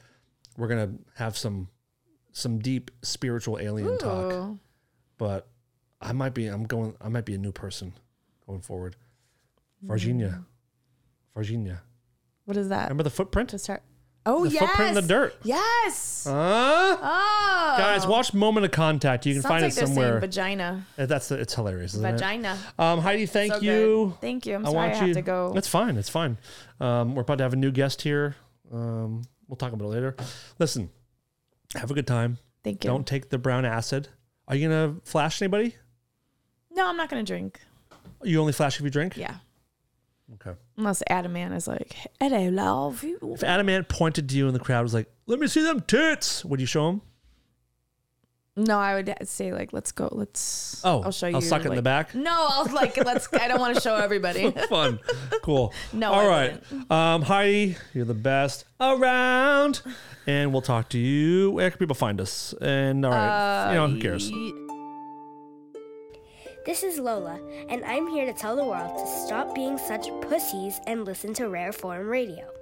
[SPEAKER 2] we're gonna have some some deep spiritual alien talk.
[SPEAKER 3] Ooh.
[SPEAKER 2] But I might be I'm going I might be a new person going forward.
[SPEAKER 3] Hmm.
[SPEAKER 2] Virginia. Virginia.
[SPEAKER 3] What is that?
[SPEAKER 2] Remember the footprint?
[SPEAKER 3] to start. Oh
[SPEAKER 2] The
[SPEAKER 3] yes.
[SPEAKER 2] footprint in the dirt.
[SPEAKER 3] Yes.
[SPEAKER 2] Huh?
[SPEAKER 3] oh.
[SPEAKER 2] Guys, watch Moment of Contact. You can
[SPEAKER 3] Sounds
[SPEAKER 2] find
[SPEAKER 3] like
[SPEAKER 2] it
[SPEAKER 3] they're saying
[SPEAKER 2] somewhere.
[SPEAKER 3] Vagina.
[SPEAKER 2] That's it's hilarious, isn't it?
[SPEAKER 3] Vagina.
[SPEAKER 2] Um, Heidi, thank
[SPEAKER 3] So good.
[SPEAKER 2] you.
[SPEAKER 3] Thank you. I'm sorry I have to go.
[SPEAKER 2] That's fine. It's fine. Um, we're about to have a new guest here. Um, we'll talk about it later. Listen, have a good time.
[SPEAKER 3] Thank you.
[SPEAKER 2] Don't take the brown acid. Are you gonna flash anybody?
[SPEAKER 3] No, I'm not gonna drink.
[SPEAKER 2] You only flash if you drink.
[SPEAKER 3] Yeah.
[SPEAKER 2] Okay.
[SPEAKER 3] Unless Adamant is like, hello, love.
[SPEAKER 2] If Adamant pointed to you in the crowd, was like, "Let me see them tits," would you
[SPEAKER 3] (laughs)
[SPEAKER 2] show him?
[SPEAKER 3] No, I would say like, let's go. Let's.
[SPEAKER 2] Oh,
[SPEAKER 3] I'll show you.
[SPEAKER 2] I'll suck it in the
[SPEAKER 3] like-
[SPEAKER 2] back?
[SPEAKER 3] No, I'll like let's. I don't want to
[SPEAKER 2] (laughs)
[SPEAKER 3] show everybody.
[SPEAKER 2] Fun. cool.
[SPEAKER 3] (laughs) No,
[SPEAKER 2] All
[SPEAKER 3] I
[SPEAKER 2] right. Um, Heidi, you're the best around, and we'll talk to you. Where can people find us? And all right, you know who
[SPEAKER 3] (laughs)
[SPEAKER 2] cares?
[SPEAKER 8] This is Lola, and I'm here to tell the world to stop being such pussies and listen to Rare Form Radio.